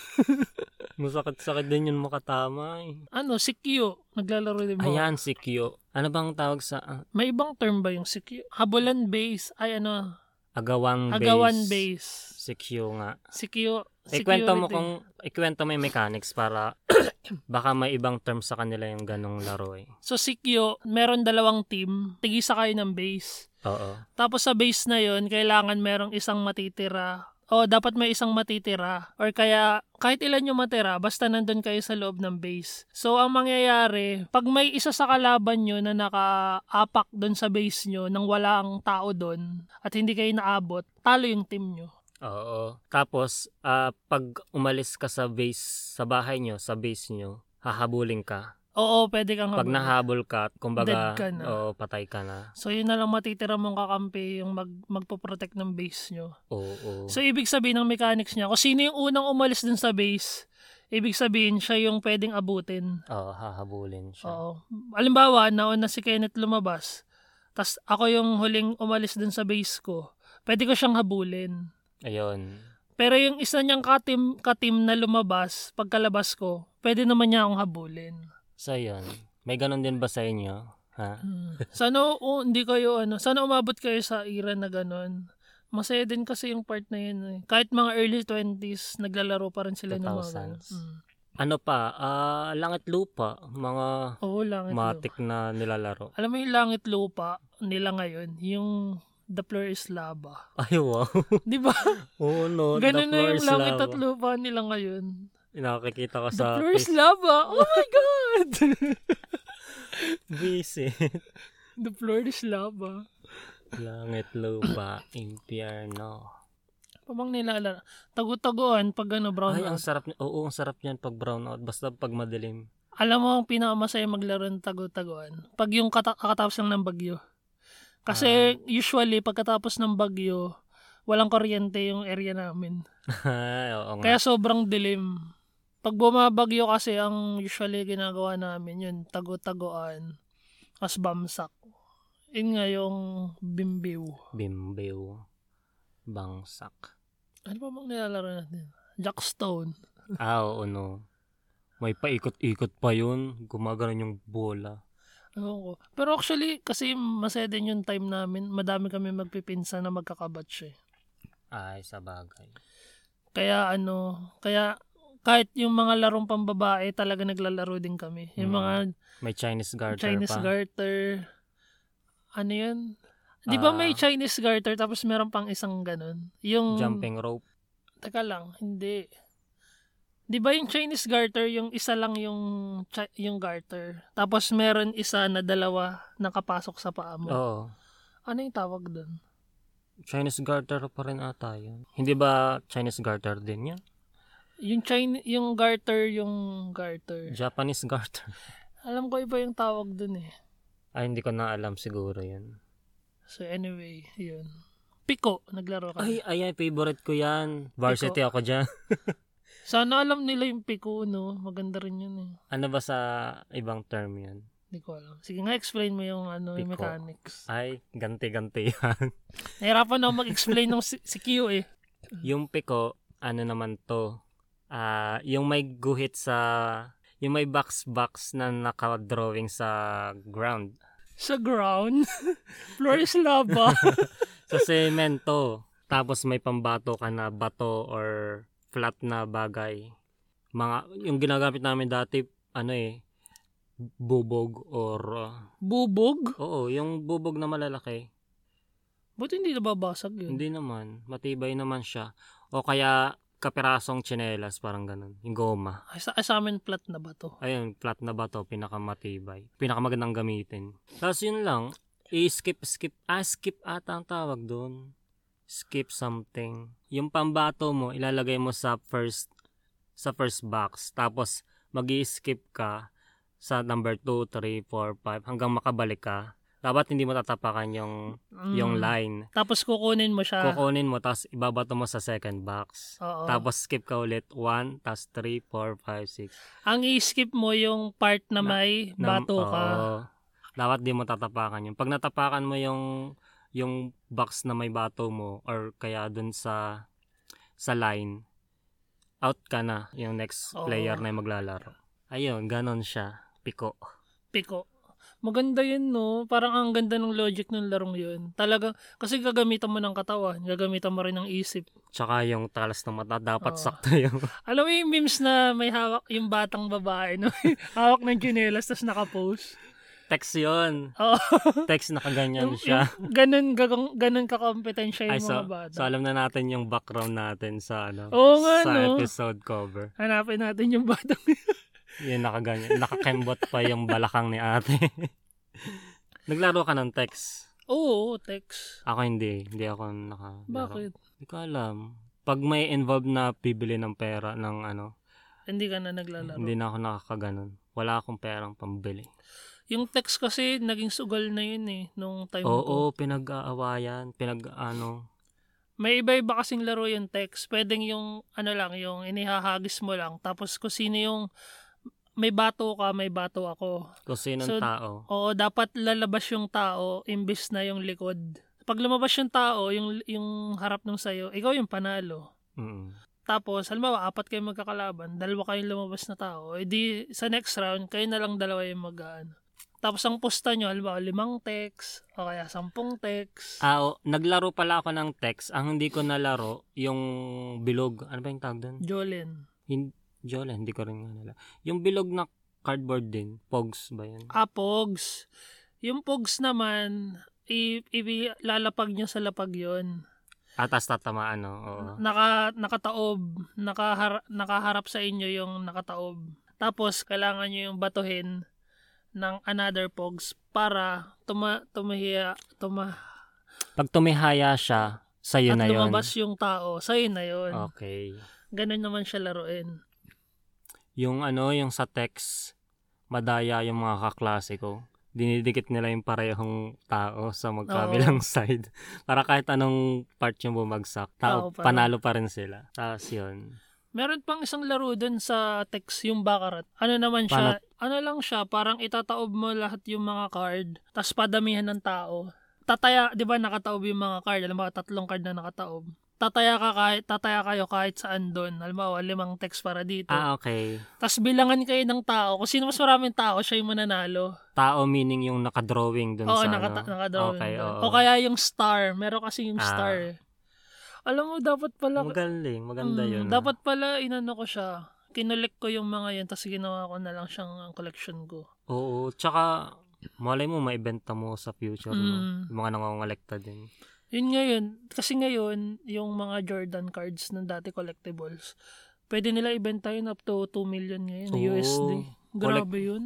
Speaker 2: Masakit-sakit din 'yun makatama. Eh.
Speaker 1: ano, sikyo. Naglalaro din mo.
Speaker 2: Ayan, si Kyo. Ano bang tawag sa ah,
Speaker 1: May ibang term ba yung sikyo? Habulan base. Ay ano,
Speaker 2: agawang base?
Speaker 1: agawan base.
Speaker 2: Si Kyo nga.
Speaker 1: Sikyo.
Speaker 2: Ikwento mo
Speaker 1: security.
Speaker 2: kung, ikwento mo yung mechanics para baka may ibang term sa kanila yung ganong laro eh.
Speaker 1: So sikyo, meron dalawang team. Tigisa kayo ng base.
Speaker 2: Oo.
Speaker 1: Tapos sa base na yon kailangan merong isang matitira. O dapat may isang matitira. Or kaya kahit ilan yung matira, basta nandun kayo sa loob ng base. So ang mangyayari, pag may isa sa kalaban nyo na nakaapak doon sa base nyo nang wala ang tao doon at hindi kayo naabot, talo yung team nyo.
Speaker 2: Oo. Tapos, ah, pag umalis ka sa base, sa bahay nyo, sa base nyo, hahabulin ka.
Speaker 1: Oo, pwede kang
Speaker 2: Pag
Speaker 1: habulin.
Speaker 2: nahabol ka, kumbaga,
Speaker 1: Dead ka na.
Speaker 2: oo, patay ka na.
Speaker 1: So yun na lang matitira mong kakampi yung mag, magpo-protect ng base nyo.
Speaker 2: Oo.
Speaker 1: So, ibig sabihin ng mechanics niya, kung sino yung unang umalis dun sa base, ibig sabihin siya yung pwedeng abutin.
Speaker 2: Oo, hahabulin siya.
Speaker 1: Oo. Alimbawa, nauna si Kenneth lumabas, tas ako yung huling umalis dun sa base ko, pwede ko siyang habulin.
Speaker 2: Ayun.
Speaker 1: Pero yung isa niyang katim, katim na lumabas, pagkalabas ko, pwede naman niya akong habulin.
Speaker 2: So, yun. May ganon din ba sa inyo? Ha?
Speaker 1: Hmm. Sana o, hindi kayo ano, sana umabot kayo sa era na ganun. Masaya din kasi yung part na yun. eh. Kahit mga early 20s, naglalaro pa rin sila ng mga ganun.
Speaker 2: 2000s.
Speaker 1: Hmm.
Speaker 2: Ano pa? Ah, langit lupa. Mga
Speaker 1: Oo, langit lupa.
Speaker 2: matik na nilalaro.
Speaker 1: Alam mo yung langit lupa nila ngayon, yung the floor is lava.
Speaker 2: Ay, wow.
Speaker 1: Di ba?
Speaker 2: Oo, no.
Speaker 1: Ganun
Speaker 2: the
Speaker 1: na
Speaker 2: floor
Speaker 1: yung
Speaker 2: is
Speaker 1: langit
Speaker 2: lava.
Speaker 1: at lupa nila ngayon.
Speaker 2: Nakakikita ko
Speaker 1: The
Speaker 2: sa
Speaker 1: floor is
Speaker 2: face.
Speaker 1: lava. Oh my God!
Speaker 2: Busy.
Speaker 1: the floor is lava.
Speaker 2: langit lupa, impyerno.
Speaker 1: Pamang nilalaro. Tago-tagoan pag ano, brown
Speaker 2: Ay, ang
Speaker 1: out.
Speaker 2: sarap. ni- Oo, ang sarap niyan pag brownout. Basta pag madilim.
Speaker 1: Alam mo, ang pinakamasaya maglaro ng tago-tagoan. Pag yung kata- kakatapos lang ng bagyo. Kasi usually, pagkatapos ng bagyo, walang kuryente yung area namin.
Speaker 2: Ay, oo nga.
Speaker 1: Kaya sobrang dilim. Pag bumabagyo kasi, ang usually ginagawa namin yun, tago-tagoan, as bamsak. Yun nga yung bimbiw.
Speaker 2: Bimbew. Bangsak.
Speaker 1: Ano pa bang nilalaro natin? Jackstone.
Speaker 2: Ah, oo, no. May paikot-ikot pa yun. Gumagano yung bola.
Speaker 1: Ewan ko. Pero actually, kasi masaya din yung time namin, madami kami magpipinsa na magkakabatch eh.
Speaker 2: Ay, sa bagay.
Speaker 1: Kaya ano, kaya kahit yung mga larong pambabae talaga naglalaro din kami. Yung
Speaker 2: Mm.
Speaker 1: mga
Speaker 2: May Chinese garter
Speaker 1: Chinese
Speaker 2: pa.
Speaker 1: garter. Ano yun? Di ba may
Speaker 2: Ah.
Speaker 1: Chinese garter tapos meron pang isang ganun? Yung...
Speaker 2: Jumping rope.
Speaker 1: Teka lang, hindi. Di ba yung Chinese garter, yung isa lang yung, chi- yung garter. Tapos meron isa na dalawa nakapasok sa paa mo.
Speaker 2: Oo.
Speaker 1: Ano yung tawag doon?
Speaker 2: Chinese garter pa rin ata yun. Hindi ba Chinese garter din yan?
Speaker 1: Yung, China, yung garter, yung garter.
Speaker 2: Japanese garter.
Speaker 1: Alam ko iba yung tawag doon eh.
Speaker 2: Ay, hindi ko na alam siguro yun.
Speaker 1: So anyway, yun. Piko, naglaro kami.
Speaker 2: Ay, ay, ay, favorite ko yan. Varsity ako dyan.
Speaker 1: Sana alam nila yung piko, no? Maganda rin yun eh.
Speaker 2: ano ba sa ibang term yun?
Speaker 1: Hindi ko alam. Sige nga, explain mo yung ano, yung
Speaker 2: Piko.
Speaker 1: mechanics.
Speaker 2: Ay, ganti-ganti yan.
Speaker 1: Nahirapan ako mag-explain ng si, si Q eh.
Speaker 2: yung piko, ano naman to? Ah, yung may guhit sa... Yung may box-box na naka-drawing sa ground.
Speaker 1: Sa ground, floor is lava.
Speaker 2: Sa semento. Tapos may pambato ka na bato or flat na bagay. Mga, yung ginagamit namin dati, ano eh, bubog or... uh,
Speaker 1: Bubog?
Speaker 2: oo, yung bubog na malalaki.
Speaker 1: Buti hindi nababasag yun.
Speaker 2: Hindi naman. Matibay naman siya. O kaya kapirasong tsinelas, parang ganun. Yung goma.
Speaker 1: Ay, Sa, sa amin flat na ba to?
Speaker 2: Ayun, flat na bato, pinakamatibay. Pinakamagandang gamitin. Tapos yun lang, i-skip, skip. Ah, skip ata ang tawag doon. Skip something. Yung pambato mo, ilalagay mo sa first sa first box. Tapos, mag skip ka sa number 2, 3, 4, 5 hanggang makabalik ka. Dapat hindi mo tatapakan yung,
Speaker 1: Mm.
Speaker 2: yung line.
Speaker 1: Tapos kukunin mo siya.
Speaker 2: kukunin mo, tapos ibabato mo sa second box.
Speaker 1: Ah. Oo.
Speaker 2: Tapos skip ka ulit. 1, tapos 3, 4, 5, 6.
Speaker 1: Ang i-skip mo yung part na
Speaker 2: Na-
Speaker 1: may bato ka.
Speaker 2: Dapat di mo tatapakan yun. Pag natapakan mo yung yung box na may bato mo or kaya dun sa sa line, out ka na yung next
Speaker 1: Oo.
Speaker 2: player na yung maglalaro. Ayun, ganon siya. Piko.
Speaker 1: Piko. Maganda yun, no? Parang ang ganda ng logic ng larong yun. Talaga, kasi gagamitan mo ng katawan, gagamitan mo rin ng isip.
Speaker 2: Tsaka yung talas ng mata, dapat
Speaker 1: Oo.
Speaker 2: sakto yung...
Speaker 1: Alam mo yung memes na may hawak yung batang babae, no? hawak ng chinelas, tapos nakapose.
Speaker 2: Text yun.
Speaker 1: Oo.
Speaker 2: Text na kaganyan
Speaker 1: Yung-
Speaker 2: siya.
Speaker 1: yung Ganun, gagong, ganun kakompetensya
Speaker 2: Ay,
Speaker 1: yung
Speaker 2: so,
Speaker 1: mga bata.
Speaker 2: so alam na natin yung background natin sa ano.
Speaker 1: Oo nga,
Speaker 2: sa
Speaker 1: no?
Speaker 2: episode cover.
Speaker 1: Hanapin natin yung batang.
Speaker 2: Yun, nakaganyan. Nakakembot pa yung balakang ni ate. Naglaro ka ng text.
Speaker 1: Oo, text.
Speaker 2: Ako hindi. Hindi ako naka.
Speaker 1: Bakit?
Speaker 2: Hindi ko alam. Pag may involved na bibili ng pera ng ano,
Speaker 1: Hindi ka na naglalaro.
Speaker 2: hindi na ako nakakaganon. Wala akong perang pambili.
Speaker 1: Yung text kasi, naging sugal na yun eh, nung time ko.
Speaker 2: Oo, pinag-aawayan, pinag ano.
Speaker 1: May iba-iba kasing laro yung text. Pwedeng yung, ano lang, yung inihahagis mo lang. Tapos kung sino yung, may bato ka, may bato ako.
Speaker 2: Kung sinong
Speaker 1: So,
Speaker 2: tao.
Speaker 1: Oo, dapat lalabas yung tao, imbis na yung likod. Pag lumabas yung tao, yung, yung harap nung sayo, ikaw yung panalo.
Speaker 2: Mm.
Speaker 1: Tapos, halimbawa, apat kayo magkakalaban, dalawa kayong lumabas na tao, edi sa next round, kayo na lang dalawa yung mag ano. Tapos ang pusta nyo, halimbawa, limang text, o kaya sampung text.
Speaker 2: Ah, oo. naglaro pala ako ng text. Ang hindi ko nalaro, yung bilog. Ano ba yung tawag doon?
Speaker 1: Jolin.
Speaker 2: Hin- Jola, hindi ko rin nga nala. Yung bilog na cardboard din, Pogs ba yun?
Speaker 1: Ah, pogs. Yung pogs naman, i- i- lalapag nyo sa lapag yon
Speaker 2: Atas tatamaan, no? Oo.
Speaker 1: Naka, nakataob, nakahar- nakaharap sa inyo yung nakataob. Tapos, kailangan nyo yung batuhin ng another pogs para tuma, tumahiya, tuma,
Speaker 2: Pag tumihaya siya, sa'yo na
Speaker 1: at
Speaker 2: yun. Ah.
Speaker 1: lumabas yung tao, sa'yo na yun.
Speaker 2: Okay.
Speaker 1: Ganun naman siya laruin.
Speaker 2: Yung ano, yung sa text, madaya yung mga kaklase ko. Dinidikit nila yung parehong tao sa magkabilang side. Para kahit anong part yung bumagsak,
Speaker 1: Oo,
Speaker 2: tao,
Speaker 1: parang-
Speaker 2: panalo pa rin sila. Tapos yun.
Speaker 1: Meron pang isang laro dun sa text, yung Baccarat. Ano naman siya, ano lang siya, parang itataob mo lahat yung mga card, tapos padamihan ng tao. Tataya, di ba nakataob yung mga card? Alam mo, tatlong card na nakataob. Tataya ka kahit, tataya kayo kahit saan doon. Alam mo, limang text para dito.
Speaker 2: Ah, okay.
Speaker 1: Tapos bilangan kayo ng tao. Kung sino mas maraming tao, siya yung mananalo.
Speaker 2: Tao meaning yung nakadrawing dun
Speaker 1: Oo,
Speaker 2: sa
Speaker 1: nakata-
Speaker 2: ano.
Speaker 1: nakadrawing
Speaker 2: Okay,
Speaker 1: doon.
Speaker 2: oo.
Speaker 1: O kaya yung star. Meron kasi yung
Speaker 2: Ah.
Speaker 1: star. eh. Alam mo, dapat pala...
Speaker 2: Magaling, maganda
Speaker 1: Mm,
Speaker 2: yun. ah.
Speaker 1: Dapat pala inano ko siya. kinolek ko yung mga yun tapos ginawa ko na lang siyang ang collection ko.
Speaker 2: Oo, tsaka malay mo maibenta mo sa future no?
Speaker 1: Mm.
Speaker 2: Yung mga nangangalekta din.
Speaker 1: Yun ngayon, kasi ngayon, yung mga Jordan cards ng dati collectibles, pwede nila ibenta yun up to 2 million ngayon,
Speaker 2: Oo.
Speaker 1: USD. Grabe
Speaker 2: Oh, Collect-
Speaker 1: yun.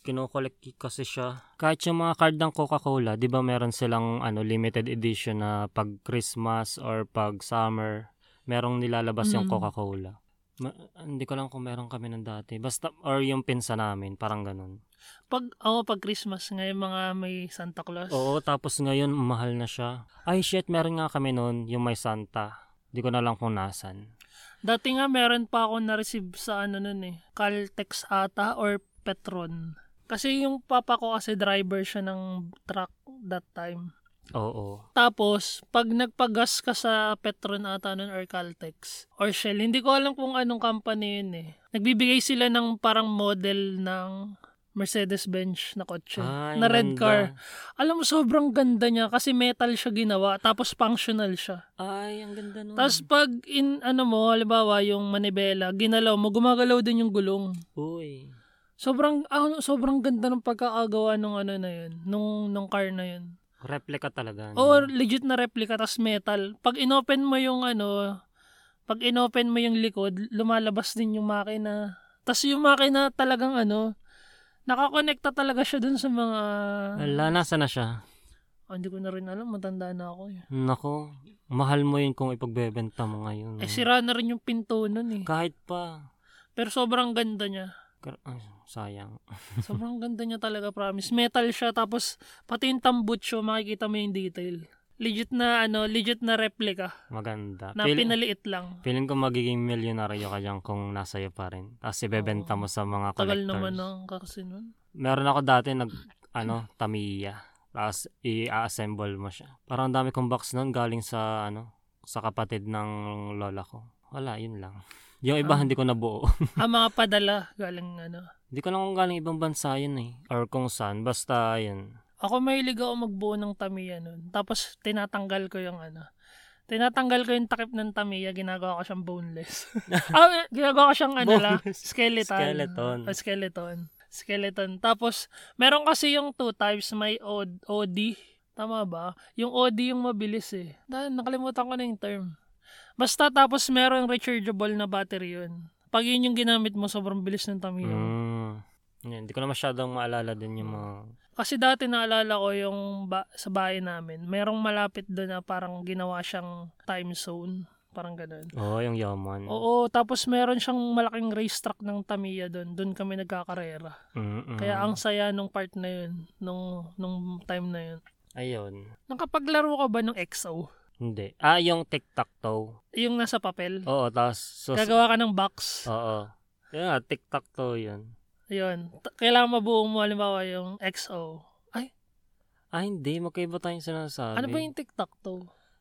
Speaker 2: Kinokollect kasi siya. Kahit yung mga card ng Coca-Cola, 'di ba meron silang ano limited edition na pag Christmas or pag summer, merong nilalabas yung
Speaker 1: Mm.
Speaker 2: Coca-Cola. Ma- hindi ko lang kung meron kami ng dati. Basta or yung pinsa namin, parang ganun.
Speaker 1: Pag, oh, pag Christmas, ngayon mga may Santa Claus.
Speaker 2: Oo, tapos ngayon mahal na siya. Ay shit, meron nga kami noon yung may Santa. Di ko na lang kung nasan.
Speaker 1: Dati nga meron pa ako na-receive sa ano nun eh, Caltex ata or Petron. Kasi yung papa ko kasi driver siya ng truck that time.
Speaker 2: Oo.
Speaker 1: Tapos, pag nagpagas ka sa Petron ata nun or Caltex or Shell, hindi ko alam kung anong company yun eh. Nagbibigay sila ng parang model ng Mercedes-Benz na kotse.
Speaker 2: Ay,
Speaker 1: na red
Speaker 2: ganda.
Speaker 1: car. Alam mo, sobrang ganda niya kasi metal siya ginawa tapos functional siya.
Speaker 2: Ay, ang ganda nun.
Speaker 1: Tapos pag in ano mo, halimbawa yung manibela, ginalaw mo, gumagalaw din yung gulong.
Speaker 2: Uy.
Speaker 1: Sobrang ano, sobrang ganda ng pagkakagawa nung ano na yun, nung nung car na yun.
Speaker 2: Replica talaga. no?
Speaker 1: Oo, legit na replica tas metal. Pag inopen mo yung ano, pag inopen mo yung likod, lumalabas din yung makina. Tas yung makina talagang ano, nakakonekta talaga siya dun sa mga
Speaker 2: Ala, nasa na siya?
Speaker 1: Ah, hindi ko na rin alam, matanda na ako. Eh,
Speaker 2: Nako, mahal mo yun kung ipagbebenta mo ngayon. no?
Speaker 1: eh sira na rin yung pinto nun eh.
Speaker 2: Kahit pa.
Speaker 1: Pero sobrang ganda niya.
Speaker 2: Kar- ay, sayang.
Speaker 1: Sobrang ganda niya talaga, promise. Metal siya, tapos pati yung tambucho, makikita mo yung detail. Legit na, ano, legit na replica.
Speaker 2: Maganda.
Speaker 1: Na
Speaker 2: Feel-
Speaker 1: pinaliit lang.
Speaker 2: feeling ko magiging milyonaryo ka dyan kung nasa iyo pa rin. Tapos ibebenta
Speaker 1: Oo.
Speaker 2: mo sa mga collectors.
Speaker 1: Tagal naman ng kasi nun.
Speaker 2: Meron ako dati nag, ano, Tamiya. Tapos i-assemble mo siya. Parang ang dami kong box nun galing sa, ano, sa kapatid ng lola ko. Wala, yun lang. Yung iba
Speaker 1: Ah.
Speaker 2: hindi ko nabuo.
Speaker 1: Ang mga padala, galing ano.
Speaker 2: hindi ko lang kung galing ibang bansa yun eh. Or kung saan. Basta yun.
Speaker 1: Ako mahilig ako magbuo ng tamiya nun. Tapos tinatanggal ko yung ano. Tinatanggal ko yung takip ng tamiya, ginagawa ko siyang boneless. ah, eh, ginagawa ko siyang ano la,
Speaker 2: Boneless.
Speaker 1: skeleton.
Speaker 2: Skeleton.
Speaker 1: O, skeleton. Skeleton. Tapos, meron kasi yung two types, may od- OD. Tama ba? Yung OD yung mabilis eh. Dahil nakalimutan ko na yung term. Basta tapos merong rechargeable na battery yun. Pag yun yung ginamit mo, sobrang bilis ng tamiya. mo.
Speaker 2: Mm. Yun, hindi ko na masyadong maalala din yung mga...
Speaker 1: Kasi dati naalala ko yung ba- sa bahay namin, merong malapit doon na parang ginawa siyang time zone. Parang ganun.
Speaker 2: Oo, oh, yung yaman.
Speaker 1: Oo, tapos meron siyang malaking racetrack ng Tamiya doon. Doon kami nagkakarera.
Speaker 2: Mm-mm.
Speaker 1: Kaya ang saya nung part na yun, nung, nung time na yun.
Speaker 2: Ayun.
Speaker 1: Nakapaglaro ka ba ng XO?
Speaker 2: Hindi. Ah, yung tic-tac-toe.
Speaker 1: Yung nasa papel?
Speaker 2: Oo, tapos... sus-
Speaker 1: Gagawa ka ng box.
Speaker 2: Oo. Yun nga, tic-tac-toe yun.
Speaker 1: Yun. T- Kailangan mabuo mo, halimbawa, yung XO.
Speaker 2: Ah, hindi. Magkaiba tayong sinasabi.
Speaker 1: Ano ba yung TikTok to?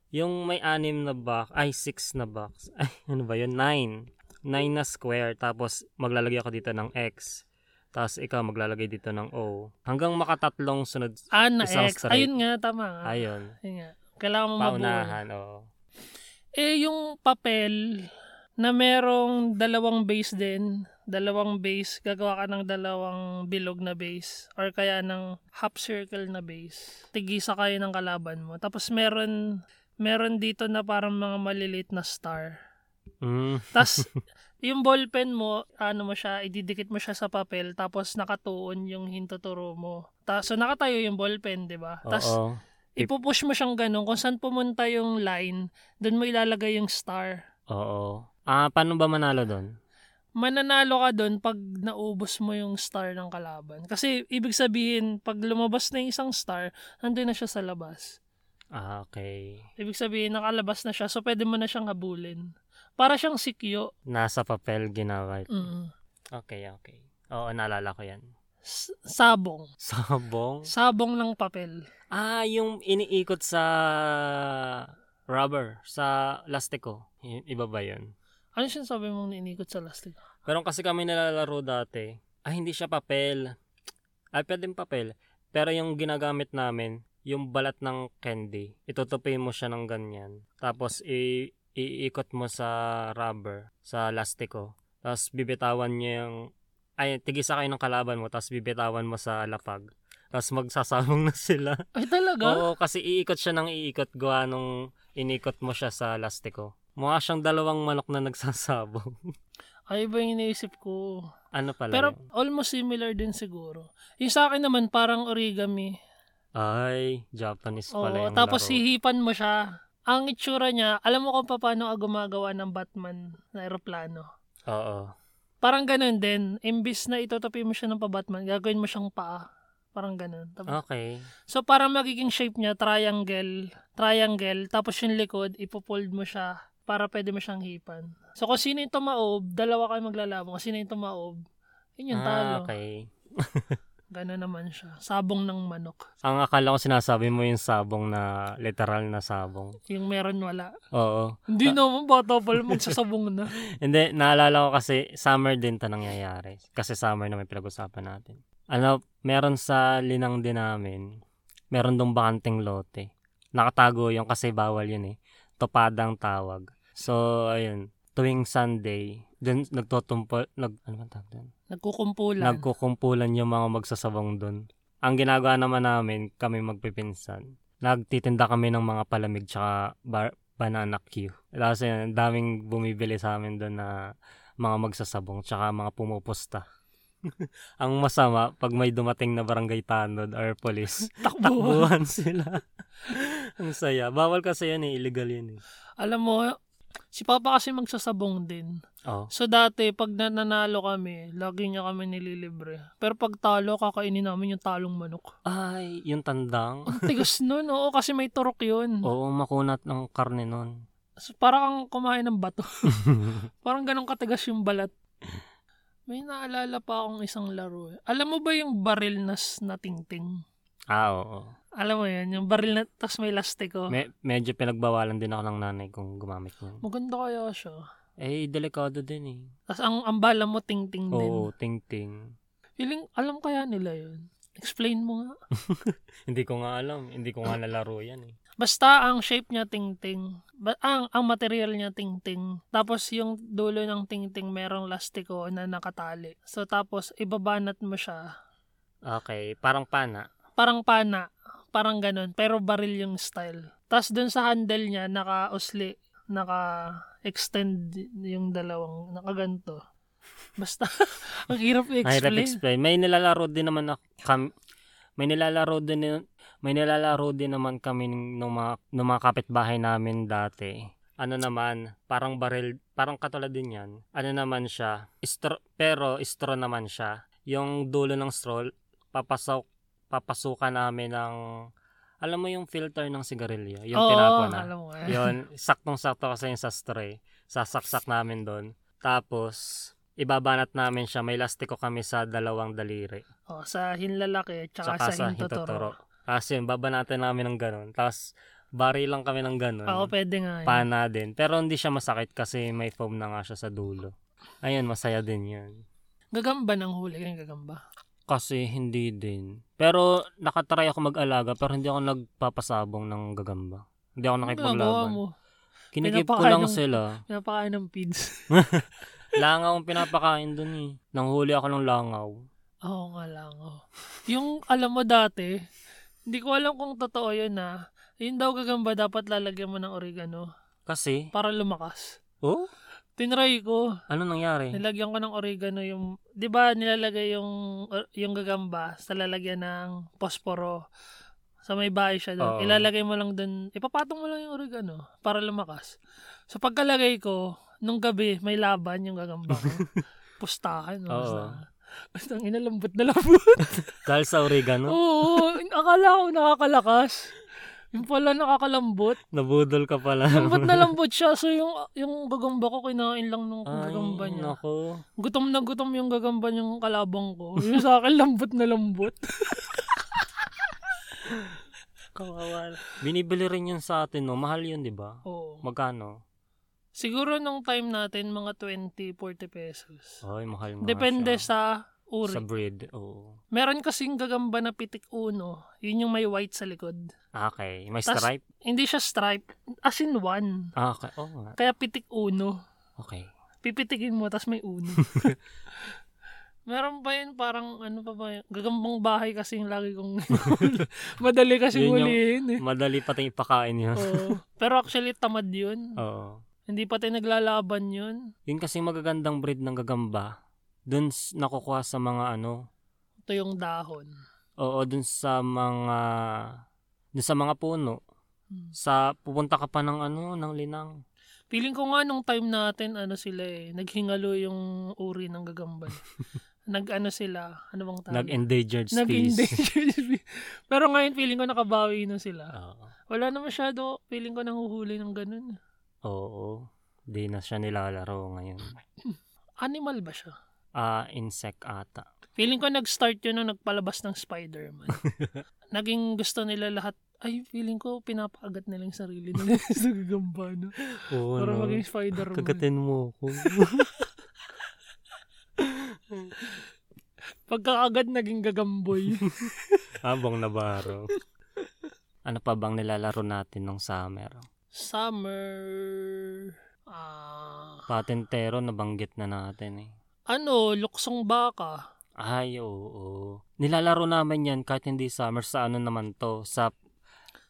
Speaker 2: Yung may anim na box, ay six na box. Ay, ano ba yun? Nine. Nine na square. Tapos maglalagay ako dito ng X. Tapos ikaw maglalagay dito ng O. Hanggang makatatlong sunod.
Speaker 1: Ah, na
Speaker 2: Isang
Speaker 1: X.
Speaker 2: straight.
Speaker 1: Ayun nga, tama nga.
Speaker 2: Ayun.
Speaker 1: Ayun nga. Kailangan mo mabuo.
Speaker 2: Paunahan, oo.
Speaker 1: Eh, yung papel na merong dalawang base din, dalawang base, gagawa ka ng dalawang bilog na base or kaya ng half circle na base. Tigisa kayo ng kalaban mo. Tapos meron meron dito na parang mga malilit na star.
Speaker 2: Mm.
Speaker 1: Tapos yung ballpen mo, ano mo siya, ididikit mo siya sa papel tapos nakatuon yung hintuturo mo. Ta- so nakatayo yung ballpen, 'di ba? Tapos
Speaker 2: oo.
Speaker 1: ipupush mo siyang ganun. Kung saan pumunta yung line, doon mo ilalagay yung star.
Speaker 2: Oo. Ah, paano ba manalo doon?
Speaker 1: Mananalo ka doon pag naubos mo yung star ng kalaban. Kasi ibig sabihin, pag lumabas na yung isang star, nandun na siya sa labas.
Speaker 2: Ah, okay.
Speaker 1: Ibig sabihin, nakalabas na siya, so pwede mo na siyang habulin. Para siyang sikyo.
Speaker 2: Nasa papel ginawa.
Speaker 1: Mm.
Speaker 2: Okay, okay. Oo, naalala ko yan.
Speaker 1: S- Sabong.
Speaker 2: Sabong?
Speaker 1: Sabong ng papel.
Speaker 2: Ah, yung iniikot sa rubber, sa lastiko. Y- Iba ba yun?
Speaker 1: Ano siya sabi mong niinikot sa lastig?
Speaker 2: Meron kasi kami nalalaro dati. Ah, hindi siya papel. Ay, pwedeng papel. Pero yung ginagamit namin, yung balat ng candy. Itutupin mo siya ng ganyan. Tapos i- iikot mo sa rubber, sa lastiko. Tapos bibitawan niya yung, ay, tigisa kayo ng kalaban mo, tapos bibitawan mo sa lapag. Tapos magsasabong na sila.
Speaker 1: Ay, talaga?
Speaker 2: Oo, kasi iikot siya ng iikot gawa nung inikot mo siya sa lastiko. Mukha siyang dalawang manok na nagsasabong.
Speaker 1: Ay, iba yung iniisip ko.
Speaker 2: ano pala
Speaker 1: Pero
Speaker 2: yun?
Speaker 1: almost similar din siguro. Yung sa akin naman, parang origami.
Speaker 2: Ay, Japanese
Speaker 1: Oo,
Speaker 2: pala yung
Speaker 1: tapos
Speaker 2: laro.
Speaker 1: hihipan mo siya. Ang itsura niya, alam mo kung paano ka gumagawa ng Batman na eroplano.
Speaker 2: Oo.
Speaker 1: Parang ganun din. Imbis na itutupi mo siya ng pa-Batman, gagawin mo siyang paa. Parang ganun. Tapos-
Speaker 2: Okay.
Speaker 1: So, parang magiging shape niya, triangle, triangle, tapos yung likod, ipopold mo siya para pwede mo siyang hipan. So, kung sino yung tumaob, dalawa kayo maglalaban. Kung sino yung tumaob, yun yung talo.
Speaker 2: Ah, okay.
Speaker 1: Ganun naman siya. Sabong ng manok.
Speaker 2: Ang akala ko sinasabi mo yung sabong na literal na sabong.
Speaker 1: Yung meron wala.
Speaker 2: Oo.
Speaker 1: Hindi naman, bata pala magsasabong na.
Speaker 2: Hindi, naalala ko kasi summer din ta nangyayari. Kasi summer na may pinag-usapan natin. Ano, meron sa linang din namin, meron dong bakanting lote. Nakatago yun kasi bawal yun eh. Topadang tawag. So, ayun. Tuwing Sunday, dun nagtutumpol, nag, ano bang tawag dun?
Speaker 1: Nagkukumpulan.
Speaker 2: Nagkukumpulan yung mga magsasabong dun. Ang ginagawa naman namin, kami magpipinsan. Nagtitinda kami ng mga palamig tsaka bar- banana queue. Tapos yun, ang daming bumibili sa amin dun na mga magsasabong tsaka mga pumupusta. ang masama, pag may dumating na barangay tanod or police,
Speaker 1: Takbo.
Speaker 2: takbuhan sila. ang saya. Bawal kasi yun eh, illegal yun eh.
Speaker 1: Alam mo, si Papa kasi magsasabong din.
Speaker 2: Oh.
Speaker 1: So dati, pag nananalo kami, lagi niya kami nililibre. Pero pag talo, kakainin namin yung talong manok.
Speaker 2: Ay, yung tandang.
Speaker 1: Ang tigas nun, oo, kasi may turok yun.
Speaker 2: Oo, makunat ng karne nun.
Speaker 1: So, parang kang kumain ng bato. parang ganun katigas yung balat. May naalala pa akong isang laro. eh. Alam mo ba yung baril na, s- na tingting?
Speaker 2: ah, oo.
Speaker 1: Alam mo yun, yung baril na, tapos may oh. lastiko.
Speaker 2: Me- medyo pinagbawalan din ako ng nanay kung gumamit niyan.
Speaker 1: Maganda kaya siya.
Speaker 2: Eh, delikado din eh.
Speaker 1: Tapos ang, ang bala mo tingting din.
Speaker 2: Oo, ting-ting.
Speaker 1: Feeling, alam kaya nila yun. Explain mo nga.
Speaker 2: Hindi ko nga alam. Hindi ko nga nalaro yan eh.
Speaker 1: Basta ang shape niya tingting. Ba- ang, ang material niya tingting. Tapos yung dulo ng tingting merong lastiko na nakatali. So tapos ibabanat mo siya.
Speaker 2: Okay, parang pana.
Speaker 1: Parang pana. Parang ganun. Pero baril yung style. Tapos dun sa handle niya naka-usli. Naka-extend yung dalawang. Nakaganto. Basta, ang hirap
Speaker 2: Hirap
Speaker 1: i-explain.
Speaker 2: explain. May nilalaro din naman ako. Kam- may nilalaro din ni- may nilalaro din naman kami ng ng mga, ng mga kapitbahay namin dati. Ano naman, parang baril, parang katulad din yan. Ano naman siya, istro, pero straw naman siya. Yung dulo ng straw, papasok, papasukan namin ng, alam mo yung filter ng sigarilyo, yung
Speaker 1: Oo,
Speaker 2: tinapon na.
Speaker 1: alam mo nga.
Speaker 2: Yon, saktong-sakto kasi yung sa stray. Sasaksak namin doon. Tapos, ibabanat namin siya. May lastiko kami sa dalawang daliri.
Speaker 1: O, sa hinlalaki, tsaka,
Speaker 2: Tsaka
Speaker 1: sa hintotoro.
Speaker 2: Tapos yun, babanatin namin ng ganun. Tapos, bari lang kami ng ganun.
Speaker 1: Oo, pwede nga. yun.
Speaker 2: Pana din. Pero hindi siya masakit kasi may foam na nga siya sa dulo. Ayun, masaya din yun.
Speaker 1: Gagamba ng huli. Ganyan gagamba.
Speaker 2: Kasi hindi din. Pero nakatry ako mag-alaga pero hindi ako nagpapasabong ng gagamba. Hindi ako
Speaker 1: Ang ginagawa
Speaker 2: nakipaglaban.
Speaker 1: mo?
Speaker 2: Kinikip ko
Speaker 1: Pinapakain
Speaker 2: lang
Speaker 1: ng-
Speaker 2: sila.
Speaker 1: Pinapakain ng pids.
Speaker 2: Langaw ang pinapakain dun eh. Nanghuli ako ng langaw.
Speaker 1: Oo nga lang. Oh. Yung alam mo dati, hindi ko alam kung totoo yun na yun daw gagamba dapat lalagyan mo ng oregano
Speaker 2: Kasi,
Speaker 1: para lumakas.
Speaker 2: oh,
Speaker 1: Tinry ko,
Speaker 2: ano nangyari?
Speaker 1: nilagyan ko ng oregano yung, di ba nilalagay yung, yung gagamba sa lalagyan ng posporo sa may bahay siya doon.
Speaker 2: Oo.
Speaker 1: Ilalagay mo lang doon, ipapatong mo lang yung oregano para lumakas. So pagkalagay ko, nung gabi, may laban yung gagamba ko. Pustahan.
Speaker 2: Oo.
Speaker 1: Oh. Ang inalambot na lambot.
Speaker 2: Dahil
Speaker 1: Oh.
Speaker 2: sa oregano,
Speaker 1: Oo, akala ko nakakalakas. Yung pala nakakalambot.
Speaker 2: nabudol ka pala.
Speaker 1: Lambot na lambot siya. So yung, yung gagamba ko, kinain lang nung
Speaker 2: Ay,
Speaker 1: gagamba niya.
Speaker 2: nako.
Speaker 1: Gutom na gutom yung gagamba niyang kalabang ko. Yung sa akin, lambot na lambot.
Speaker 2: Kawawa. Binibili rin yun sa atin, no? Mahal yun, di ba?
Speaker 1: Oo.
Speaker 2: Magkano?
Speaker 1: Siguro nung time natin, mga 20, 40 pesos.
Speaker 2: Ay, mahal nga
Speaker 1: Depende
Speaker 2: siya.
Speaker 1: sa
Speaker 2: Sa
Speaker 1: uri.
Speaker 2: breed, oo.
Speaker 1: Meron kasing gagamba na pitik uno. Yun yung may white sa likod.
Speaker 2: Ah, Okay. May
Speaker 1: Tas-
Speaker 2: stripe?
Speaker 1: Hindi siya stripe. As in one.
Speaker 2: Ah, okay. Oo nga.
Speaker 1: Kaya pitik uno.
Speaker 2: Okay.
Speaker 1: Pipitikin mo, tas may uno. Meron pa yun, parang ano pa ba yun? Gagambang bahay kasi yung lagi kong Madali kasi
Speaker 2: Yun yung-
Speaker 1: hulihin eh.
Speaker 2: Madali pa tayong ipakain yun.
Speaker 1: Oo. Pero actually, tamad yun.
Speaker 2: Oo.
Speaker 1: Hindi pa tayo naglalaban yun.
Speaker 2: Yun kasi magagandang breed ng gagamba. Dun s- nakukuha sa mga ano,
Speaker 1: Ito yung dahon.
Speaker 2: oo, dun sa mga, dun sa mga puno.
Speaker 1: Hmm.
Speaker 2: Sa, pupunta ka pa ng ano, ng linang.
Speaker 1: Feeling ko nga nung time natin, ano sila eh, naghingalo yung uri ng gagambay. Nag-ano sila, ano bang tawag?
Speaker 2: Nag-endangered species.
Speaker 1: Nag-endangered species. Pero ngayon, feeling ko nakabawi na sila.
Speaker 2: Oo.
Speaker 1: Wala na masyado, feeling ko nanguhuli ng ganun.
Speaker 2: Oo. Di na siya nilalaro ngayon.
Speaker 1: Animal ba siya?
Speaker 2: Ah, insect ata.
Speaker 1: Feeling ko nag-start yun nung nagpalabas ng Spider-Man. Naging gusto nila lahat, ay, feeling ko pinapaagat nila yung sarili nila sa gagamba, no?
Speaker 2: Oo,
Speaker 1: Para
Speaker 2: Oh, no?
Speaker 1: maging Spider-Man.
Speaker 2: Kagatin mo ako.
Speaker 1: Pagkakagat, naging gagamboy.
Speaker 2: Abang nabaro. ano pa bang nilalaro natin nung summer?
Speaker 1: Summer... Ah...
Speaker 2: Patentero, nabanggit na natin eh.
Speaker 1: ano, luksong baka.
Speaker 2: Ay, oo. Nilalaro namin yan kahit hindi summer. Sa ano naman to? Sa,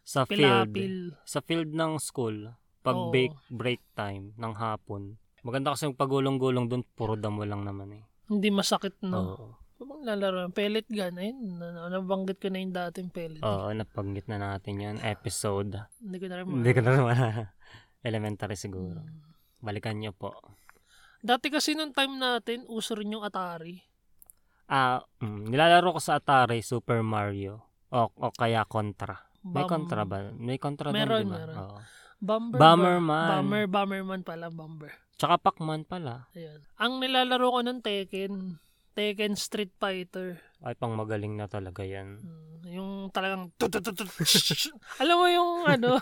Speaker 2: sa field.
Speaker 1: Pilapil.
Speaker 2: Sa field ng school.
Speaker 1: Oo.
Speaker 2: Pag break, break time ng hapon. Maganda kasi yung pagulong-gulong doon, puro damo lang naman eh.
Speaker 1: Hindi masakit, no?
Speaker 2: Oo.
Speaker 1: Ano bang lalaro? Pellet gun. Ayun, na- na- nabanggit ko na yung dating pellet.
Speaker 2: Oo, nabanggit na natin yan. Episode.
Speaker 1: Hindi ko na rin
Speaker 2: Hindi ko na naman. Elementary
Speaker 1: maalala.
Speaker 2: siguro. Balikan nyo po.
Speaker 1: Dati kasi nung time natin, uso rin yung Atari.
Speaker 2: Ah, mm, nilalaro ko sa Atari Super Mario o, o kaya Contra. May
Speaker 1: Bam-
Speaker 2: Contra ba? May Contra din,
Speaker 1: Meron,
Speaker 2: di ba?
Speaker 1: meron.
Speaker 2: Oo.
Speaker 1: Bomber,
Speaker 2: Bomberman.
Speaker 1: Bomber, Bomberman pala, Bomber.
Speaker 2: Tsaka Pac-Man pala.
Speaker 1: Ayun. Ang nilalaro ko nun, Tekken. Tekken Street Fighter.
Speaker 2: Ay, pang magaling na talaga yan.
Speaker 1: Mm, Yung talagang... Alam mo yung ano,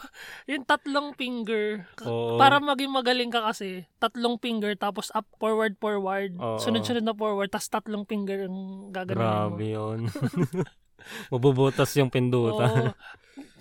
Speaker 1: yung tatlong finger.
Speaker 2: Oo.
Speaker 1: Para maging magaling ka kasi, tatlong finger tapos up, forward, forward.
Speaker 2: Oo.
Speaker 1: Sunod-sunod na forward, tapos tatlong finger ang gagawin mo.
Speaker 2: Grabe yun. Mabubutas yung
Speaker 1: Oo.
Speaker 2: pindutan.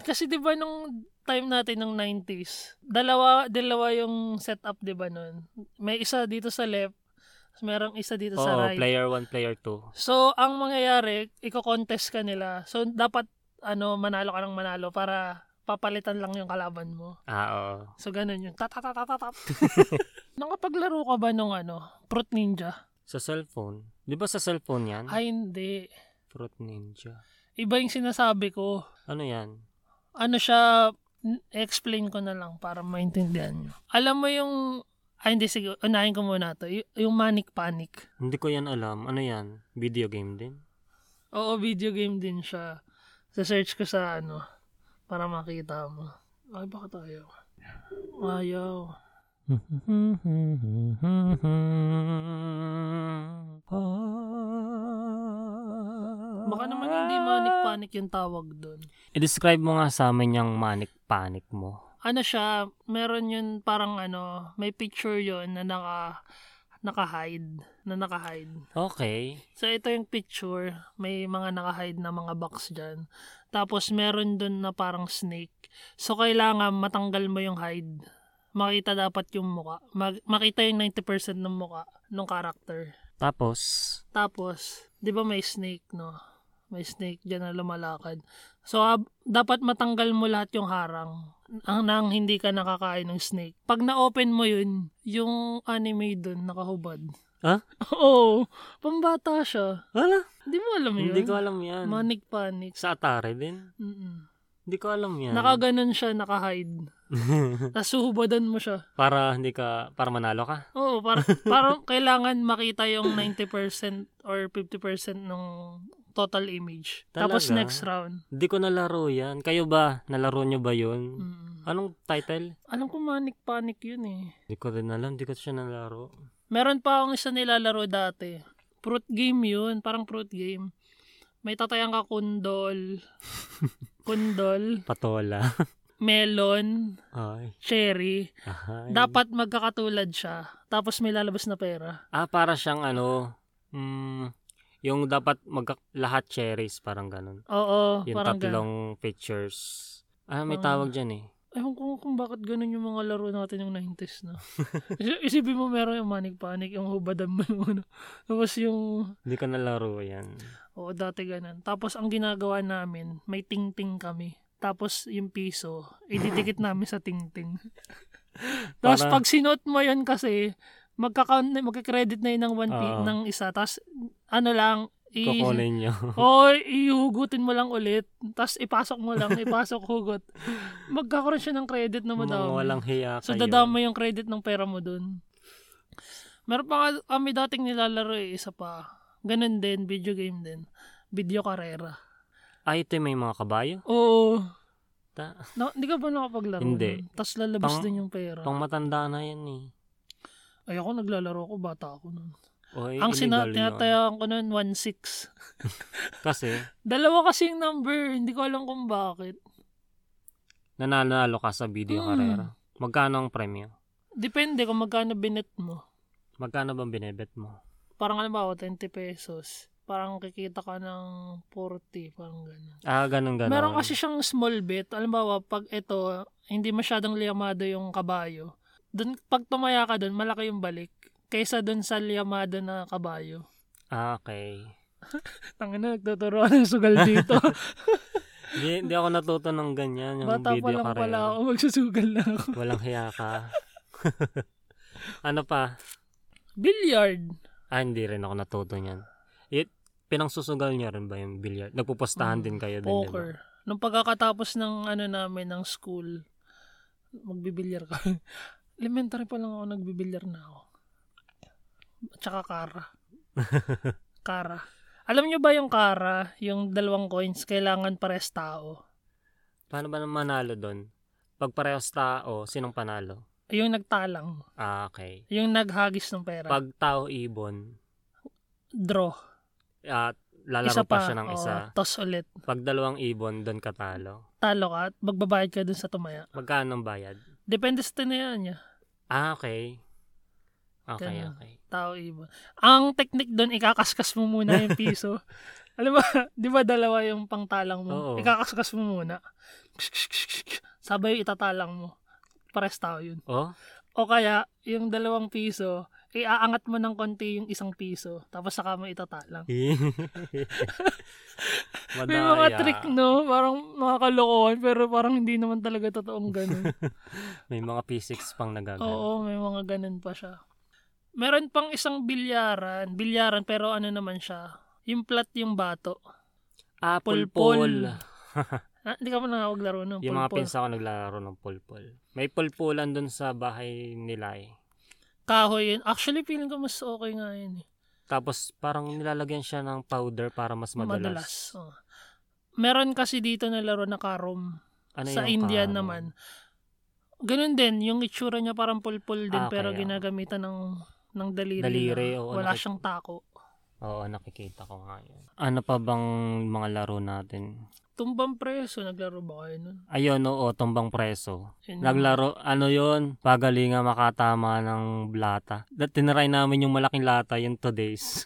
Speaker 1: Kasi 'di ba nung time natin ng 90s, dalawa dalawa yung setup 'di ba noon. May isa dito sa left, tapos merong isa dito
Speaker 2: Oo,
Speaker 1: sa right.
Speaker 2: player 1, player 2.
Speaker 1: So, ang mangyayari, iko-contest ka nila. So, dapat ano, manalo ka ng manalo para papalitan lang yung kalaban mo.
Speaker 2: Ah, oo.
Speaker 1: So, ganun yun. Tatatatatap. Nakapaglaro ka ba nung ano, Fruit Ninja?
Speaker 2: Sa cellphone. Di ba sa cellphone yan?
Speaker 1: Ay, hindi.
Speaker 2: Fruit Ninja.
Speaker 1: Iba yung sinasabi ko.
Speaker 2: Ano yan?
Speaker 1: ano siya, n- explain ko na lang para maintindihan nyo. Alam mo yung, ay hindi, sige, unahin ko muna to. Y- yung Manic Panic.
Speaker 2: Hindi ko yan alam. Ano yan? Video game din?
Speaker 1: Oo, video game din siya. Sa search ko sa ano, para makita mo. Ay, bakit ayaw? Ayaw. Baka
Speaker 2: Baka
Speaker 1: naman hindi Manic Panic yung tawag doon.
Speaker 2: I-describe mo nga sa amin yung manic panic mo.
Speaker 1: Ano siya, meron yun parang ano, may picture yon na naka, naka-hide. Na naka-hide.
Speaker 2: Okay.
Speaker 1: So, ito yung picture. May mga nakahide na mga box dyan. Tapos, meron dun na parang snake. So, kailangan matanggal mo yung hide. Makita dapat yung muka. Mag- makita yung 90% ng muka ng character.
Speaker 2: Tapos,
Speaker 1: Tapos, di ba may snake, no? May snake dyan na lumalakad. So, hab- dapat matanggal mo lahat yung harang ang nang hindi ka nakakain ng snake. Pag na-open mo yun, yung anime dun nakahubad.
Speaker 2: Ha?
Speaker 1: Oo. Pambata siya.
Speaker 2: wala.
Speaker 1: Hindi mo alam yun.
Speaker 2: Hindi ko alam yan.
Speaker 1: Manic panic.
Speaker 2: sa Atari din?
Speaker 1: Mm-mm.
Speaker 2: Hindi ko alam yan.
Speaker 1: Nakaganon siya, nakahide. Tapos suhubadan mo siya.
Speaker 2: para hindi ka, para manalo ka?
Speaker 1: Oo, para, parang kailangan makita yung 90% or 50% ng total image. Tapos
Speaker 2: Talaga?
Speaker 1: next round.
Speaker 2: Hindi ko nalaro yan. Kayo ba? Nalaro nyo ba yun?
Speaker 1: Mm.
Speaker 2: Anong title?
Speaker 1: Alam ko manic panic yun eh.
Speaker 2: Hindi ko rin alam. Hindi ko siya nalaro.
Speaker 1: Meron pa akong isa nilalaro dati. Fruit game yun. Parang fruit game. May tatayang ka kundol. kundol.
Speaker 2: Patola.
Speaker 1: Melon.
Speaker 2: Ay.
Speaker 1: Cherry.
Speaker 2: Ay.
Speaker 1: Dapat magkakatulad siya. Tapos may lalabas na pera.
Speaker 2: Ah, para siyang ano, mm, yung dapat mag lahat cherries, parang ganun.
Speaker 1: Oo,
Speaker 2: Yung
Speaker 1: Oh, parang
Speaker 2: tatlong pictures. Ah, may
Speaker 1: Parang-
Speaker 2: tawag dyan eh.
Speaker 1: ganun. Ewan ko kung bakit ganun yung mga laro natin yung 90s na. Is- Isipin mo meron yung Manic Panic, yung Hubadam, ano. Tapos yung,
Speaker 2: Hindi ko nalaro yan.
Speaker 1: oo dati ganun. Tapos ang ginagawa namin, may ting-ting kami. Tapos yung piso, ididikit namin sa ting-ting. tapos
Speaker 2: Para-
Speaker 1: pag sinuot mo yun kasi, magka-count na, magka-credit na yun ng, one pi-
Speaker 2: Oo.
Speaker 1: ng isa. Tapos ano lang, i-
Speaker 2: Kukunin nyo.
Speaker 1: Oo, ihugutin mo lang ulit. Tapos ipasok mo lang, ipasok, hugot. Magkakaroon siya ng credit na
Speaker 2: Mga
Speaker 1: madami.
Speaker 2: walang hiya
Speaker 1: so,
Speaker 2: kayo.
Speaker 1: dadama yung credit ng pera mo dun. Meron pa nga kami dating nilalaro eh, isa pa. Ganun din, video game din. Video karera.
Speaker 2: Ah, ito yung may mga kabayo?
Speaker 1: Oo.
Speaker 2: Ta-
Speaker 1: Na, hindi ka ba nakapaglaro?
Speaker 2: Hindi.
Speaker 1: nun? Tapos lalabas
Speaker 2: Pang-
Speaker 1: din yung pera.
Speaker 2: Pang matanda na yan eh.
Speaker 1: Ay, ako naglalaro ko, bata ako nun.
Speaker 2: Oy,
Speaker 1: Ang sina-
Speaker 2: illegal yun.
Speaker 1: tinatayaan ko nun, 1-6.
Speaker 2: Kasi,
Speaker 1: Dalawa kasing number, hindi ko alam kung bakit.
Speaker 2: nananalo ka sa video
Speaker 1: Mm.
Speaker 2: karera. Magkano ang premyo?
Speaker 1: Depende kung magkano binet mo.
Speaker 2: Magkano bang binebet mo?
Speaker 1: parang alam ba, 20 pesos. Parang kikita ka ng 40, parang gano'n.
Speaker 2: Ah, ganun ganun.
Speaker 1: Meron kasi siyang small bet. Alam ba, pag ito, hindi masyadong liyamado yung kabayo. Dun, pag tumaya ka dun, malaki yung balik. Kaysa dun sa liyamado na kabayo.
Speaker 2: Ah, okay.
Speaker 1: Tangin na, nagtuturo ng sugal dito.
Speaker 2: Hindi, hindi ako natuto ng ganyan, yung
Speaker 1: Bata pa
Speaker 2: video
Speaker 1: lang
Speaker 2: karera.
Speaker 1: pala ako, magsusugal na ako.
Speaker 2: Walang hiya ka. ano pa?
Speaker 1: Billiard.
Speaker 2: Ah, hindi rin ako natuto niyan. It, pinangsusugal niyo rin ba yung billiard? Nagpupustahan
Speaker 1: Mm,
Speaker 2: din kayo din, di ba?
Speaker 1: Poker. Nung pagkakatapos ng ano namin, ng school, magbibilyar ka. Elementary pa lang ako, nagbibilyar na ako. Tsaka kara. kara. Alam nyo ba yung kara, yung dalawang coins, kailangan pares tao?
Speaker 2: Paano ba naman manalo doon? Pag parehas tao, sinong panalo?
Speaker 1: Yung nagtalang,
Speaker 2: Ah, okay.
Speaker 1: yung naghagis ng pera.
Speaker 2: Pag tao ibon,
Speaker 1: Draw.
Speaker 2: at
Speaker 1: Isa
Speaker 2: lalaro
Speaker 1: pa.
Speaker 2: pa, siya ng isa.
Speaker 1: toss ulit.
Speaker 2: Pag dalawang ibon, doon ka talo.
Speaker 1: Talo ka at magbabayad ka dun sa tumaya.
Speaker 2: Magkano ang bayad?
Speaker 1: Depende sa tinayaan niya.
Speaker 2: Ah, okay. Okay,
Speaker 1: Ganun.
Speaker 2: okay.
Speaker 1: tao ibon. Ang technique doon, ikakaskas mo muna yung piso. Alam mo, di ba dalawa yung pangtalang mo?
Speaker 2: Oo.
Speaker 1: Ikakaskas mo muna. Sabay yung itatalang mo. Pares tao yun.
Speaker 2: Oh,
Speaker 1: O kaya, yung dalawang piso, iaangat mo ng konti yung isang piso, tapos saka mo itatalang. May mga
Speaker 2: Madaya.
Speaker 1: trick, no? Parang makakalokohan, pero parang hindi naman talaga totoong ganun.
Speaker 2: May mga physics pang nagagano.
Speaker 1: Oo, may mga ganun pa siya. Meron pang isang bilyaran, bilyaran pero ano naman siya, yung plat yung bato.
Speaker 2: Ah,
Speaker 1: Pulpol.
Speaker 2: pulpul.
Speaker 1: Ah, hindi ka pa nakawag laro ng
Speaker 2: Yung mga
Speaker 1: pulpol.
Speaker 2: pinsa ko naglalaro ng pulpul. May pulpulan doon sa bahay nila eh.
Speaker 1: Kahoy yun. Actually, feeling ko mas okay nga yun. eh.
Speaker 2: Tapos parang nilalagyan siya ng powder para mas
Speaker 1: Madulas.
Speaker 2: madulas.
Speaker 1: Oo. Meron kasi dito na laro na karom.
Speaker 2: Ano
Speaker 1: sa
Speaker 2: yung
Speaker 1: India
Speaker 2: kaano?
Speaker 1: naman. Ganun din, yung itsura niya parang pulpul din
Speaker 2: Ah,
Speaker 1: pero
Speaker 2: kaya.
Speaker 1: ginagamitan ng ng daliri.
Speaker 2: Daliri,
Speaker 1: na
Speaker 2: oo,
Speaker 1: Wala
Speaker 2: nakik-
Speaker 1: siyang tako.
Speaker 2: Oo, nakikita ko nga yun. Ano pa bang mga laro natin?
Speaker 1: Tumbang preso, naglaro ba kayo nun?
Speaker 2: Ayun, oo, tumbang preso.
Speaker 1: Yun.
Speaker 2: Naglaro, ano yun, pagalinga makatama ng lata. Da- Tinry namin yung malaking lata, yung today's.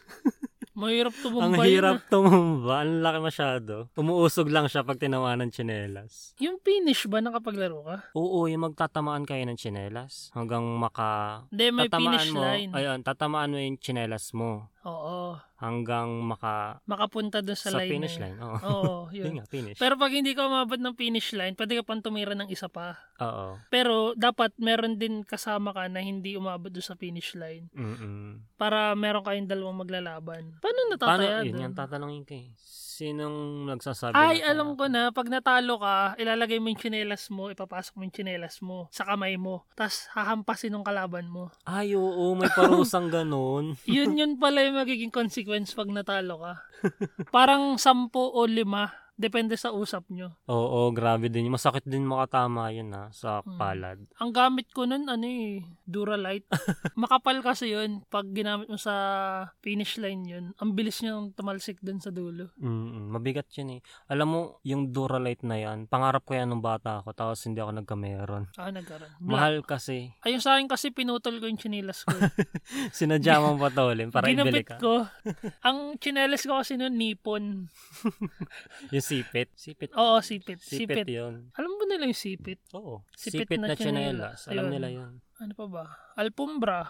Speaker 1: Mahirap
Speaker 2: Ang
Speaker 1: tumumbay na.
Speaker 2: hirap tumumba. Ang laki masyado. Umuusog lang siya pag tinawa ng tsinelas.
Speaker 1: Yung finish ba nakapaglaro ka?
Speaker 2: Oo, yung magtatamaan kayo ng tsinelas hanggang maka...
Speaker 1: Hindi, may
Speaker 2: tatamaan
Speaker 1: finish
Speaker 2: mo,
Speaker 1: line.
Speaker 2: Ayun, tatamaan mo yung tsinelas mo
Speaker 1: Oo.
Speaker 2: hanggang maka...
Speaker 1: Makapunta doon sa,
Speaker 2: Sa,
Speaker 1: line.
Speaker 2: finish
Speaker 1: na yun.
Speaker 2: line. Oo.
Speaker 1: Oo,
Speaker 2: Yun
Speaker 1: yun.
Speaker 2: nga, finish.
Speaker 1: Pero pag hindi ka umabot ng finish line, pwede ka pang tumira ng isa pa.
Speaker 2: Oo.
Speaker 1: Pero dapat meron din kasama ka na hindi umabot doon sa finish line
Speaker 2: Mm-mm.
Speaker 1: para meron kayong dalawang maglalaban. Paano
Speaker 2: Paano,
Speaker 1: natataya
Speaker 2: yun, yan,
Speaker 1: doon?
Speaker 2: tatanungin ka eh. Sinong nagsasabi?
Speaker 1: Ay,
Speaker 2: na-
Speaker 1: alam ko na, pag natalo ka, ilalagay mo yung tsinelas mo, ipapasok mo yung tsinelas mo sa kamay mo, tapos hahampasin ng kalaban mo.
Speaker 2: Ay, oo, may parusang ganun.
Speaker 1: yun yun pala yung magiging consequence pag natalo ka. Parang sampu o lima, depende sa usap nyo.
Speaker 2: Oo, grabe din. Masakit din makatama yun ha, sa
Speaker 1: Hmm.
Speaker 2: palad.
Speaker 1: Ang gamit ko nun, ano eh, Duralite. Makapal kasi yun, pag ginamit mo sa finish line yun, ang bilis nyo tumalsik dun sa dulo.
Speaker 2: Mm, mabigat yun eh. Alam mo, yung Duralite na yan, pangarap ko yan nung bata ako, tapos hindi ako nagkameron.
Speaker 1: Ah, nagkaroon. Black.
Speaker 2: Mahal kasi.
Speaker 1: Ayun sa akin kasi pinutol ko yung chinelas ko.
Speaker 2: Sinadya mong patulin para ah. ibili
Speaker 1: Ginupit
Speaker 2: ka.
Speaker 1: ko. Ang chinelas ko kasi nun, nipon.
Speaker 2: Yung Sipit. Sipit.
Speaker 1: Oo, sipit.
Speaker 2: Sipit, eh.
Speaker 1: Sipit.
Speaker 2: yun.
Speaker 1: Alam mo nila yung sipit?
Speaker 2: Oo.
Speaker 1: Sipit
Speaker 2: Sipit,
Speaker 1: na
Speaker 2: na
Speaker 1: tsinelas.
Speaker 2: tsinelas. Alam
Speaker 1: Ayun.
Speaker 2: nila yun.
Speaker 1: Ano pa ba? Alpumbra.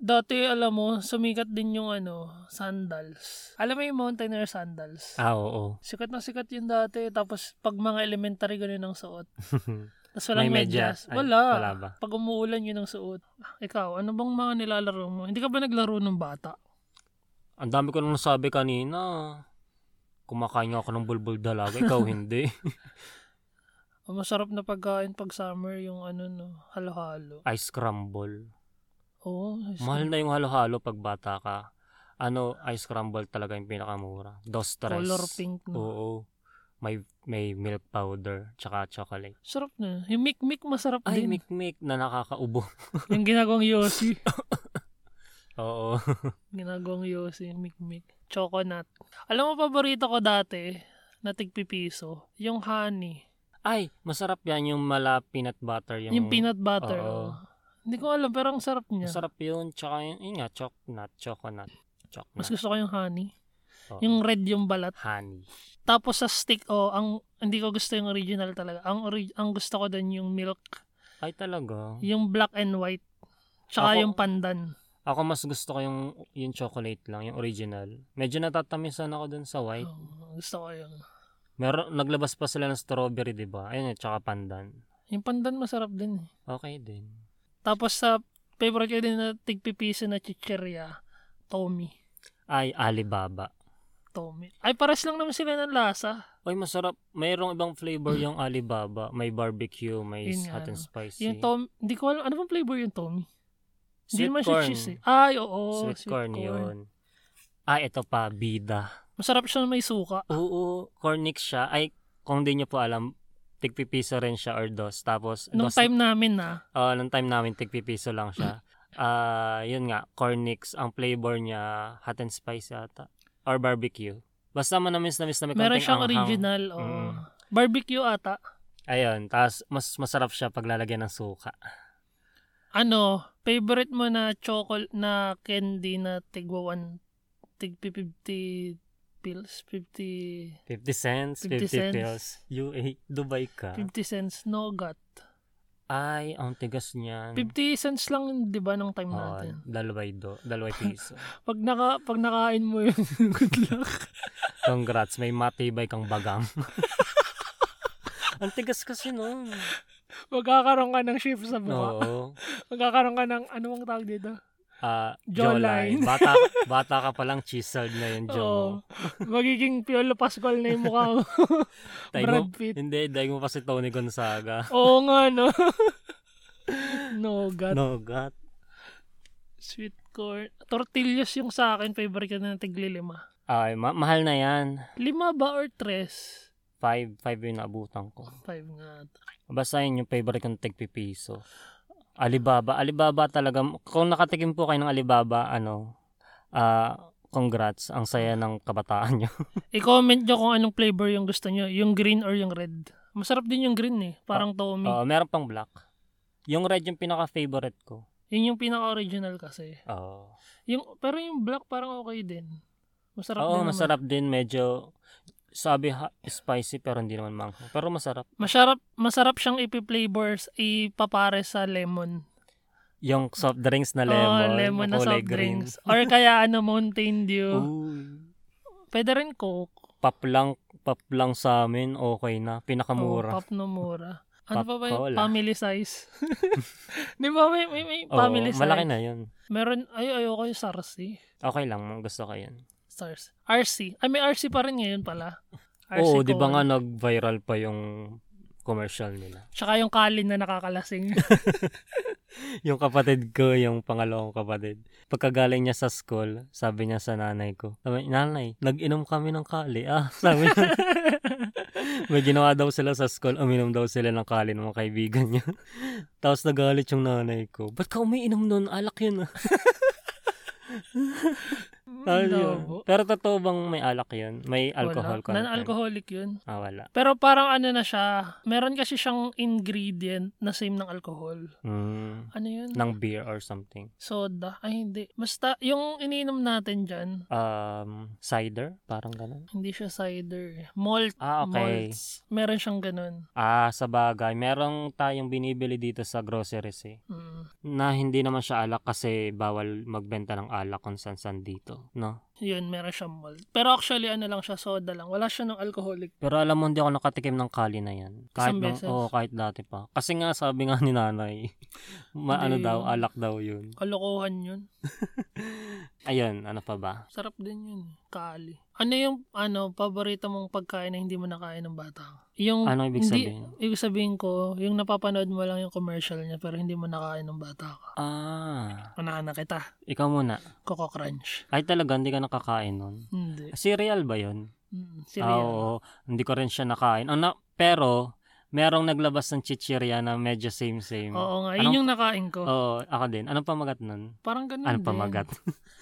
Speaker 1: Dati, alam mo, sumikat din yung ano, sandals. Alam mo yung mountaineer sandals?
Speaker 2: Ah, oo.
Speaker 1: Sikat na sikat yun dati. Tapos, pag mga elementary, ganun ang suot. Tapos walang
Speaker 2: May
Speaker 1: medyas.
Speaker 2: medyas. Ay,
Speaker 1: Wala.
Speaker 2: wala ba?
Speaker 1: Pag umuulan, yun ang suot. Ikaw, ano bang mga nilalaro mo? Hindi ka ba naglaro nung bata?
Speaker 2: Ang dami ko nang nasabi kanina. Kumakain nga ako ng bulbul dalaga. Ikaw hindi.
Speaker 1: Ang Ah, masarap na pagkain pag summer, yung ano, no, halo-halo.
Speaker 2: Ice crumble.
Speaker 1: Oo. Oh,
Speaker 2: Mahal na yung halo-halo pag bata ka. Ano, ice crumble talaga yung pinakamura. Dos tres.
Speaker 1: Color pink, no?
Speaker 2: Oo. May, may milk powder, tsaka chocolate.
Speaker 1: Sarap na. Yung mikmik masarap
Speaker 2: Ay,
Speaker 1: din.
Speaker 2: mikmik na nakakaubo.
Speaker 1: yung ginagawang yosi.
Speaker 2: Oo.
Speaker 1: ginagawang yosi, yung mikmik. Choconut. Alam mo, paborito ko dati, na tigpipiso, yung honey.
Speaker 2: Ay, masarap yan yung mala peanut butter. Yung,
Speaker 1: Yung, peanut butter. oh.
Speaker 2: Oo.
Speaker 1: Hindi ko alam, pero ang sarap niya.
Speaker 2: Masarap yun. Tsaka yun, yun nga, chocolate, chocolate. Chocolate.
Speaker 1: Mas gusto ko yung honey.
Speaker 2: Oo.
Speaker 1: Yung red yung balat.
Speaker 2: honey.
Speaker 1: Tapos sa stick, oh, ang hindi ko gusto yung original talaga. Ang ori- ang gusto ko doon yung milk,
Speaker 2: Ay, talaga.
Speaker 1: yung black and white. Tsaka
Speaker 2: Ako-
Speaker 1: yung pandan.
Speaker 2: Ako mas gusto ko yung, yung chocolate lang, yung original. Medyo natatamisan ako dun sa
Speaker 1: Oh.
Speaker 2: white.
Speaker 1: Oo, gusto ko yung
Speaker 2: Meron, naglabas pa sila ng strawberry, di ba? Ayun, at tsaka pandan.
Speaker 1: yung pandan masarap din. eh.
Speaker 2: Okay din.
Speaker 1: Tapos sa favorite ko din na tigpipisa na chicheria, Tommy.
Speaker 2: Ay, Alibaba.
Speaker 1: Tommy. Ay, pares lang naman sila ng lasa.
Speaker 2: Ay, masarap. Mayroong ibang flavor yung Alibaba. May barbecue, may
Speaker 1: Yun nga,
Speaker 2: hot and
Speaker 1: no?
Speaker 2: spicy.
Speaker 1: Yung Tommy, hindi ko alam, ano bang flavor yung Tommy? Hindi
Speaker 2: sweet
Speaker 1: naman siya
Speaker 2: corn.
Speaker 1: cheese eh. Ay, oo.
Speaker 2: sweet, corn, yun. Ay, ito pa, bida.
Speaker 1: Masarap siya na may suka.
Speaker 2: Oo, cornic siya. Ay, kung di nyo po alam, tigpipiso rin siya or dos. Tapos,
Speaker 1: Nung
Speaker 2: dos,
Speaker 1: time namin na,
Speaker 2: ah, nung time namin, tigpipiso lang siya. Ah, yun nga, cornix. Ang flavor niya, hot and spicy ata. Or barbecue. Basta manamis na miss na may
Speaker 1: meron
Speaker 2: konting
Speaker 1: siyang
Speaker 2: anghang.
Speaker 1: original. oo.
Speaker 2: Mm.
Speaker 1: Barbecue ata.
Speaker 2: Ayun, tapos mas masarap siya pag lalagyan ng suka.
Speaker 1: ano, favorite mo na chocolate na candy na tigwa 1 tig 50 pills, 50
Speaker 2: 50 cents,
Speaker 1: 50
Speaker 2: 50,
Speaker 1: cents.
Speaker 2: pills. UA, Dubai ka.
Speaker 1: 50 cents no got.
Speaker 2: Hmm. Ay, ang tigas niyan.
Speaker 1: 50 cents lang 'di ba ng time
Speaker 2: Oo,
Speaker 1: natin.
Speaker 2: dalaway do, dalaway piso.
Speaker 1: Pag naka pag nakain mo yun, good luck.
Speaker 2: Congrats, may matibay kang bagang. Ang tigas kasi nun.
Speaker 1: Magkakaroon ka ng shift sa mukha.
Speaker 2: Oo.
Speaker 1: Magkakaroon ka ng ano bang tawag dito?
Speaker 2: Ah,
Speaker 1: Jawline.
Speaker 2: jawline. Bata, bata ka palang chiseled na yun, jaw mo.
Speaker 1: Oo. Magiging Piolo Pascual na yung mukha mo.
Speaker 2: Tayo mo-
Speaker 1: Brad Pitt.
Speaker 2: Hindi, dahil mo pa si Tony Gonzaga.
Speaker 1: Oo nga no. no got.
Speaker 2: No, God.
Speaker 1: Sweet corn. Tortillas yung sa akin, favorite ko na tiglilima.
Speaker 2: Ay, ma- mahal na yan.
Speaker 1: Lima ba or tres?
Speaker 2: Five, five yung naabutan ko.
Speaker 1: Five nga. ata.
Speaker 2: Basta yun yung favorite kong tigpipiso. Alibaba. Alibaba talaga. Kung nakatikim po kayo ng Alibaba, ano, ah, congrats. Ang saya ng kabataan nyo.
Speaker 1: I-comment nyo kung anong flavor yung gusto nyo. Yung green or yung red. Masarap din yung green eh. Parang
Speaker 2: Ah,
Speaker 1: Tommy.
Speaker 2: Oo, meron pang black. Yung red yung pinaka-favorite ko.
Speaker 1: Yun yung pinaka-original kasi.
Speaker 2: Oo.
Speaker 1: Oh. Yung, pero yung black parang okay din. Masarap
Speaker 2: Oo,
Speaker 1: din naman.
Speaker 2: masarap din. Medyo, sabi ha, spicy pero hindi naman mangha. Pero masarap.
Speaker 1: Masarap, masarap siyang ipi-flavors, ipapare sa lemon.
Speaker 2: Yung soft drinks na
Speaker 1: Oo, Oh,
Speaker 2: Ah, lemon.
Speaker 1: lemon na
Speaker 2: kulay
Speaker 1: soft
Speaker 2: green.
Speaker 1: drinks. Or kaya ano, Mountain Dew.
Speaker 2: Uy.
Speaker 1: Pwede rin Coke.
Speaker 2: Pop lang, pop lang sa amin, okay na.
Speaker 1: Oo,
Speaker 2: Pinakamura.
Speaker 1: Oh, pop no mura. Ano
Speaker 2: Pop
Speaker 1: pa ba yung
Speaker 2: cola.
Speaker 1: family size? Di ba may, may, may
Speaker 2: Oo,
Speaker 1: family size?
Speaker 2: malaki na yun.
Speaker 1: Meron, ay, ayoko yung SARS eh.
Speaker 2: Okay lang, gusto ko yun.
Speaker 1: SARS. RC. Ay, may RC pa rin ngayon pala.
Speaker 2: Oo, di ba
Speaker 1: Cola.
Speaker 2: nga nag-viral pa yung commercial nila.
Speaker 1: Tsaka yung Kalin na nakakalasing.
Speaker 2: Yung kapatid ko, yung pangalawang kapatid. Pagkagaling niya sa school, sabi niya sa nanay ko, sabi, nanay, nag-inom kami ng kali. Ah, sabi niya. May ginawa daw sila sa school, uminom daw sila ng kali ng mga kaibigan niya. Tapos nagalit yung nanay ko, ba't ka umiinom nun? Alak yun ah. Ayun.
Speaker 1: Labo.
Speaker 2: Pero totoo bang may alak yun? May alcohol
Speaker 1: Wala.
Speaker 2: content?
Speaker 1: Non-alcoholic yun.
Speaker 2: Ah, wala.
Speaker 1: Pero parang ano na siya, meron kasi siyang ingredient na same ng alcohol.
Speaker 2: Mm,
Speaker 1: Ano yun?
Speaker 2: ng beer or something.
Speaker 1: Soda. Ay, hindi. Basta, yung ininom natin dyan,
Speaker 2: Um, cider? Parang ganun.
Speaker 1: hindi siya cider. Malt.
Speaker 2: Ah, okay.
Speaker 1: Malts. Meron siyang ganun.
Speaker 2: Ah, sa bagay. Merong tayong binibili dito sa groceries eh.
Speaker 1: Mm.
Speaker 2: Na hindi naman siya alak kasi bawal magbenta ng alak kung saan-saan dito. No?
Speaker 1: Yun, meron siyang malt. Pero actually, ano lang siya, soda lang. Wala siya ng alcoholic.
Speaker 2: Pero alam mo, hindi ako nakatikim ng kali na yan. Kahit
Speaker 1: Isang
Speaker 2: nung-
Speaker 1: beses.
Speaker 2: oo, kahit dati pa. Kasi nga, sabi nga ni nanay, ma- ano
Speaker 1: Hindi
Speaker 2: daw,
Speaker 1: yun.
Speaker 2: alak daw yun.
Speaker 1: Kalokohan yun.
Speaker 2: Ayun, ano pa ba?
Speaker 1: Sarap din yun. Kali. Ano yung, ano, paborito mong pagkain na hindi mo nakain ng bata? ka? Yung,
Speaker 2: Ano ibig
Speaker 1: hindi,
Speaker 2: sabihin?
Speaker 1: Ibig sabihin ko, yung napapanood mo lang yung commercial niya pero hindi mo nakain ng bata ka.
Speaker 2: Ah,
Speaker 1: Unahan na kita.
Speaker 2: ikaw muna.
Speaker 1: Coco Crunch.
Speaker 2: Ay talaga, hindi ka nakakain nun.
Speaker 1: Hindi.
Speaker 2: Cereal ba yun?
Speaker 1: Mm,
Speaker 2: Ah,
Speaker 1: cereal.
Speaker 2: oo, hindi ko rin siya nakain. Ano, pero, merong naglabas ng chichirya na medyo same-same.
Speaker 1: Oo nga.
Speaker 2: Anong- Oh,
Speaker 1: Yun yung nakain ko.
Speaker 2: Oo, ako din. Anong pamagat nun?
Speaker 1: Parang ganun
Speaker 2: Anong
Speaker 1: din.
Speaker 2: pamagat?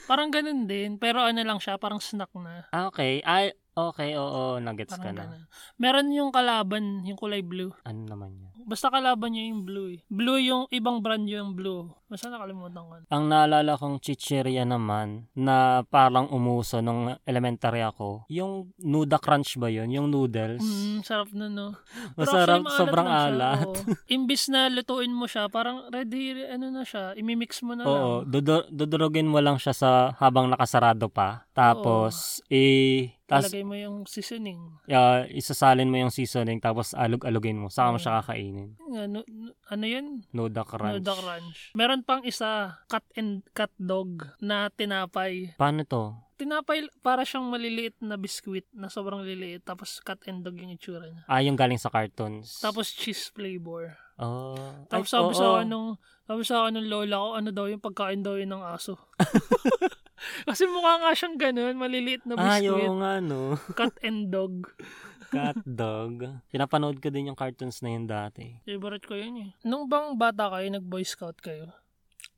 Speaker 1: Parang ganun din. Pero ano lang siya, parang snack na.
Speaker 2: ah, okay. Ay, okay, oo, nuggets ka
Speaker 1: Parang
Speaker 2: na.
Speaker 1: ganun. Meron yung kalaban, yung kulay blue.
Speaker 2: Ano naman yun?
Speaker 1: Basta kalaban niya yung blue eh. Blue yung, ibang brand yung blue. Basta nakalimutan ko. na.
Speaker 2: Ang naalala kong chichirya naman na parang umuso nung elementary ako, yung Nuda Crunch ba yun? Yung noodles?
Speaker 1: Mm, sarap na no. Pero
Speaker 2: Masarap,
Speaker 1: actually, maalat
Speaker 2: sobrang
Speaker 1: lang siya,
Speaker 2: alat.
Speaker 1: oo. Imbis na lutuin mo siya, parang ready, ano na siya, imimix mo na
Speaker 2: Oo,
Speaker 1: lang.
Speaker 2: dudu- dudurugin mo lang siya sa habang nakasarado pa. Tapos, i tas,
Speaker 1: Ilagay mo yung seasoning.
Speaker 2: ah, isasalin mo yung seasoning tapos alog-alogin mo. Saka mo
Speaker 1: Oo.
Speaker 2: siya kakainin.
Speaker 1: Ano, ano yun?
Speaker 2: Noda crunch.
Speaker 1: Noodle crunch. Meron pang isa, cut and cut dog na tinapay.
Speaker 2: Paano to?
Speaker 1: Tinapay, para siyang maliliit na biskwit na sobrang liliit. Tapos cut and dog yung itsura niya.
Speaker 2: Ah, yung galing sa cartoons.
Speaker 1: Tapos cheese flavor.
Speaker 2: Oh.
Speaker 1: Tapos
Speaker 2: Ay,
Speaker 1: sabi
Speaker 2: oo.
Speaker 1: sa ano, akin nung, sabi sa akin nung lola ko, ano daw yung pagkain daw yun ng aso. Kasi mukha nga siyang ganun, maliliit na
Speaker 2: Ay,
Speaker 1: biskwit.
Speaker 2: oo nga, no.
Speaker 1: Cat and dog.
Speaker 2: Cat dog. Pinapanood ko din yung cartoons na yun dati.
Speaker 1: Favorite ko yun eh. Nung bang bata kayo, nag-boy scout kayo?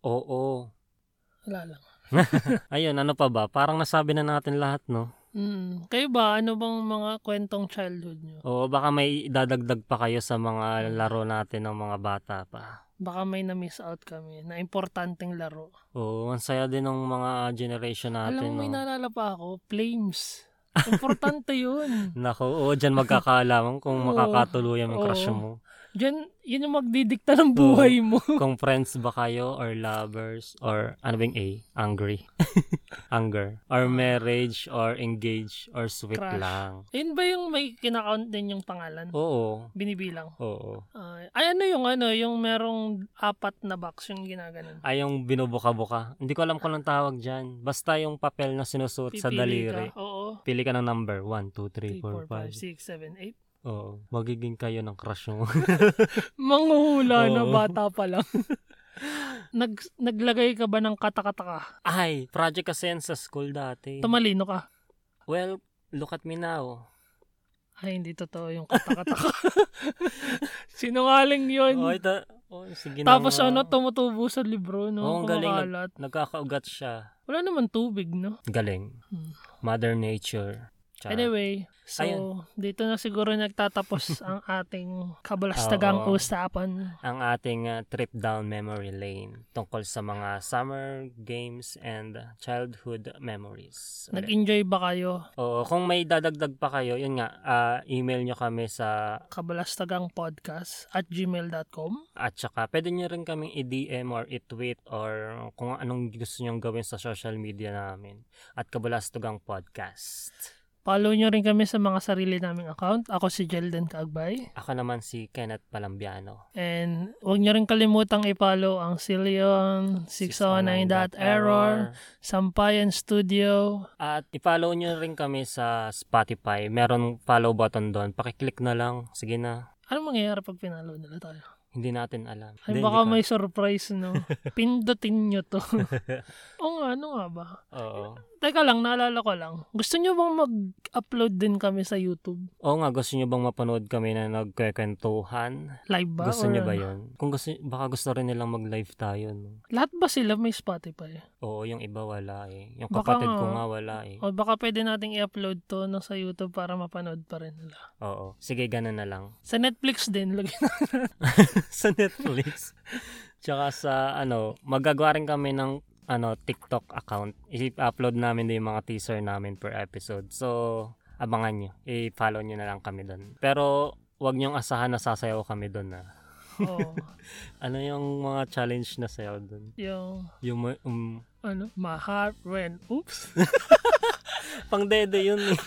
Speaker 2: Oo.
Speaker 1: Wala lang.
Speaker 2: Ayun, ano pa ba? Parang nasabi na natin lahat, no?
Speaker 1: Mm. Kayo ba, ano bang mga kwentong childhood nyo?
Speaker 2: Oo, baka may dadagdag pa kayo sa mga laro natin ng mga bata pa.
Speaker 1: Baka may na-miss out kami na importanteng laro.
Speaker 2: Oo, ang saya din ng mga generation
Speaker 1: Alam
Speaker 2: natin.
Speaker 1: mo, may
Speaker 2: no?
Speaker 1: naalala pa ako, flames. Importante yun.
Speaker 2: Nako, oo, dyan magkakaalaman kung
Speaker 1: Oo.
Speaker 2: makakatuluyan ang crush
Speaker 1: Oo.
Speaker 2: mo.
Speaker 1: Diyan, yun yung magdidikta ng buhay mo.
Speaker 2: Kung friends ba kayo or lovers or ano ba yung A? Angry. Anger. Or marriage or engage or sweet
Speaker 1: Crush.
Speaker 2: lang.
Speaker 1: Yun ba yung may kinakount din yung pangalan?
Speaker 2: Oo.
Speaker 1: Binibilang.
Speaker 2: Oo.
Speaker 1: Ay, ay, ano yung ano, yung merong apat na box yung ginaganon.
Speaker 2: Ay, yung binubuka-buka. Hindi ko alam kung anong tawag dyan. Basta yung papel na sinusuot sa
Speaker 1: Pipili
Speaker 2: daliri.
Speaker 1: Ka. Oo.
Speaker 2: Pili ka ng number. 1,
Speaker 1: 3,
Speaker 2: 2,
Speaker 1: 4, 5, 6, 7, 8.
Speaker 2: 3, 4, 5. Oo. Magiging kayo ng crush mo.
Speaker 1: Manghuhula na
Speaker 2: Oo.
Speaker 1: bata pa lang. Nag, naglagay ka ba ng katakataka?
Speaker 2: Ay, project kasi yan sa school dati.
Speaker 1: Tumalino ka.
Speaker 2: Well, look at me now.
Speaker 1: Ay, hindi totoo yung katakataka. Sinungaling yun.
Speaker 2: Oh, ito. Oh, sige na
Speaker 1: Tapos
Speaker 2: nga.
Speaker 1: ano, tumutubo sa libro,
Speaker 2: Oo,
Speaker 1: no?
Speaker 2: ang galing.
Speaker 1: Kumakalat.
Speaker 2: Nagkakaugat siya.
Speaker 1: Wala naman tubig, no?
Speaker 2: Galing.
Speaker 1: Hmm.
Speaker 2: Mother Nature. Char.
Speaker 1: Anyway, so
Speaker 2: Ayun.
Speaker 1: dito na siguro nagtatapos ang ating kabalastagang
Speaker 2: Oo.
Speaker 1: usapan.
Speaker 2: Ang ating uh, trip down memory lane tungkol sa mga summer games and childhood memories. Ulit.
Speaker 1: Nag-enjoy ba kayo?
Speaker 2: Oo, kung may dadagdag pa kayo, yun nga, ah, email nyo kami sa
Speaker 1: kabalastagangpodcast at gmail.com
Speaker 2: At saka, pwede nyo rin kaming i-DM or i-tweet or kung anong gusto nyong gawin sa social media namin. At Kabalastugang Podcast.
Speaker 1: Follow nyo rin kami sa mga sarili naming account. Ako si Jelden Kaagbay.
Speaker 2: Ako naman si Kenneth Palambiano.
Speaker 1: And huwag nyo rin kalimutang i-follow ang oh Cillion, 609.error, Sampayan Studio.
Speaker 2: At i-follow nyo rin kami sa Spotify. Merong follow button doon. Pakiclick na lang. Sige na.
Speaker 1: Ano mangyayari pag pinalo nila tayo?
Speaker 2: Hindi natin alam.
Speaker 1: Ay,
Speaker 2: Hindi,
Speaker 1: baka
Speaker 2: hindi ko-
Speaker 1: may surprise, no? Pindutin nyo to. o nga, ano nga ba?
Speaker 2: Oo.
Speaker 1: Teka lang, naalala ko lang. Gusto nyo bang mag-upload din kami sa YouTube?
Speaker 2: Oo nga, gusto nyo bang mapanood kami na nagkwekwentuhan?
Speaker 1: Live ba?
Speaker 2: Gusto
Speaker 1: Or
Speaker 2: nyo ba
Speaker 1: ano?
Speaker 2: yun? Kung gusto, baka gusto rin nilang mag-live tayo. No?
Speaker 1: Lahat ba sila may Spotify?
Speaker 2: Oo, yung iba wala eh. Yung
Speaker 1: Baka
Speaker 2: kapatid ko
Speaker 1: nga.
Speaker 2: nga wala eh.
Speaker 1: O baka pwede nating i-upload to no, sa YouTube para mapanood pa rin nila.
Speaker 2: Oo. Sige, ganun na lang.
Speaker 1: Sa Netflix din. Lagi
Speaker 2: sa Netflix. Tsaka sa ano, magagawa rin kami ng ano, TikTok account. I-upload namin din yung mga teaser namin per episode. So, abangan nyo. I-follow nyo na lang kami doon. Pero, wag nyong asahan na sasayaw kami doon na.
Speaker 1: Oo.
Speaker 2: Ano yung mga challenge na sayaw doon?
Speaker 1: yung,
Speaker 2: Yung ma- um,
Speaker 1: ano, my heart went, oops.
Speaker 2: pang dede yun. eh.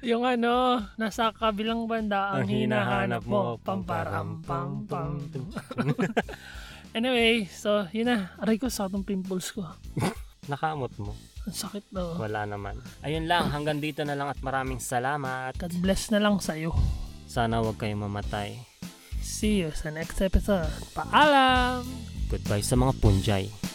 Speaker 1: Yung ano, nasa kabilang banda ang,
Speaker 2: Ang hinahanap mo.
Speaker 1: Pamparam, pam, pam.
Speaker 2: Pamparam, pam,
Speaker 1: Anyway, so yun na. Aray ko, sakit ng pimples ko.
Speaker 2: Nakamot mo.
Speaker 1: Ang sakit daw.
Speaker 2: Wala naman. Ayun lang. Hanggang dito na lang at maraming salamat.
Speaker 1: God bless na lang sa'yo.
Speaker 2: Sana wag kayong mamatay.
Speaker 1: See you sa next episode. Paalam!
Speaker 2: Goodbye sa mga punjay.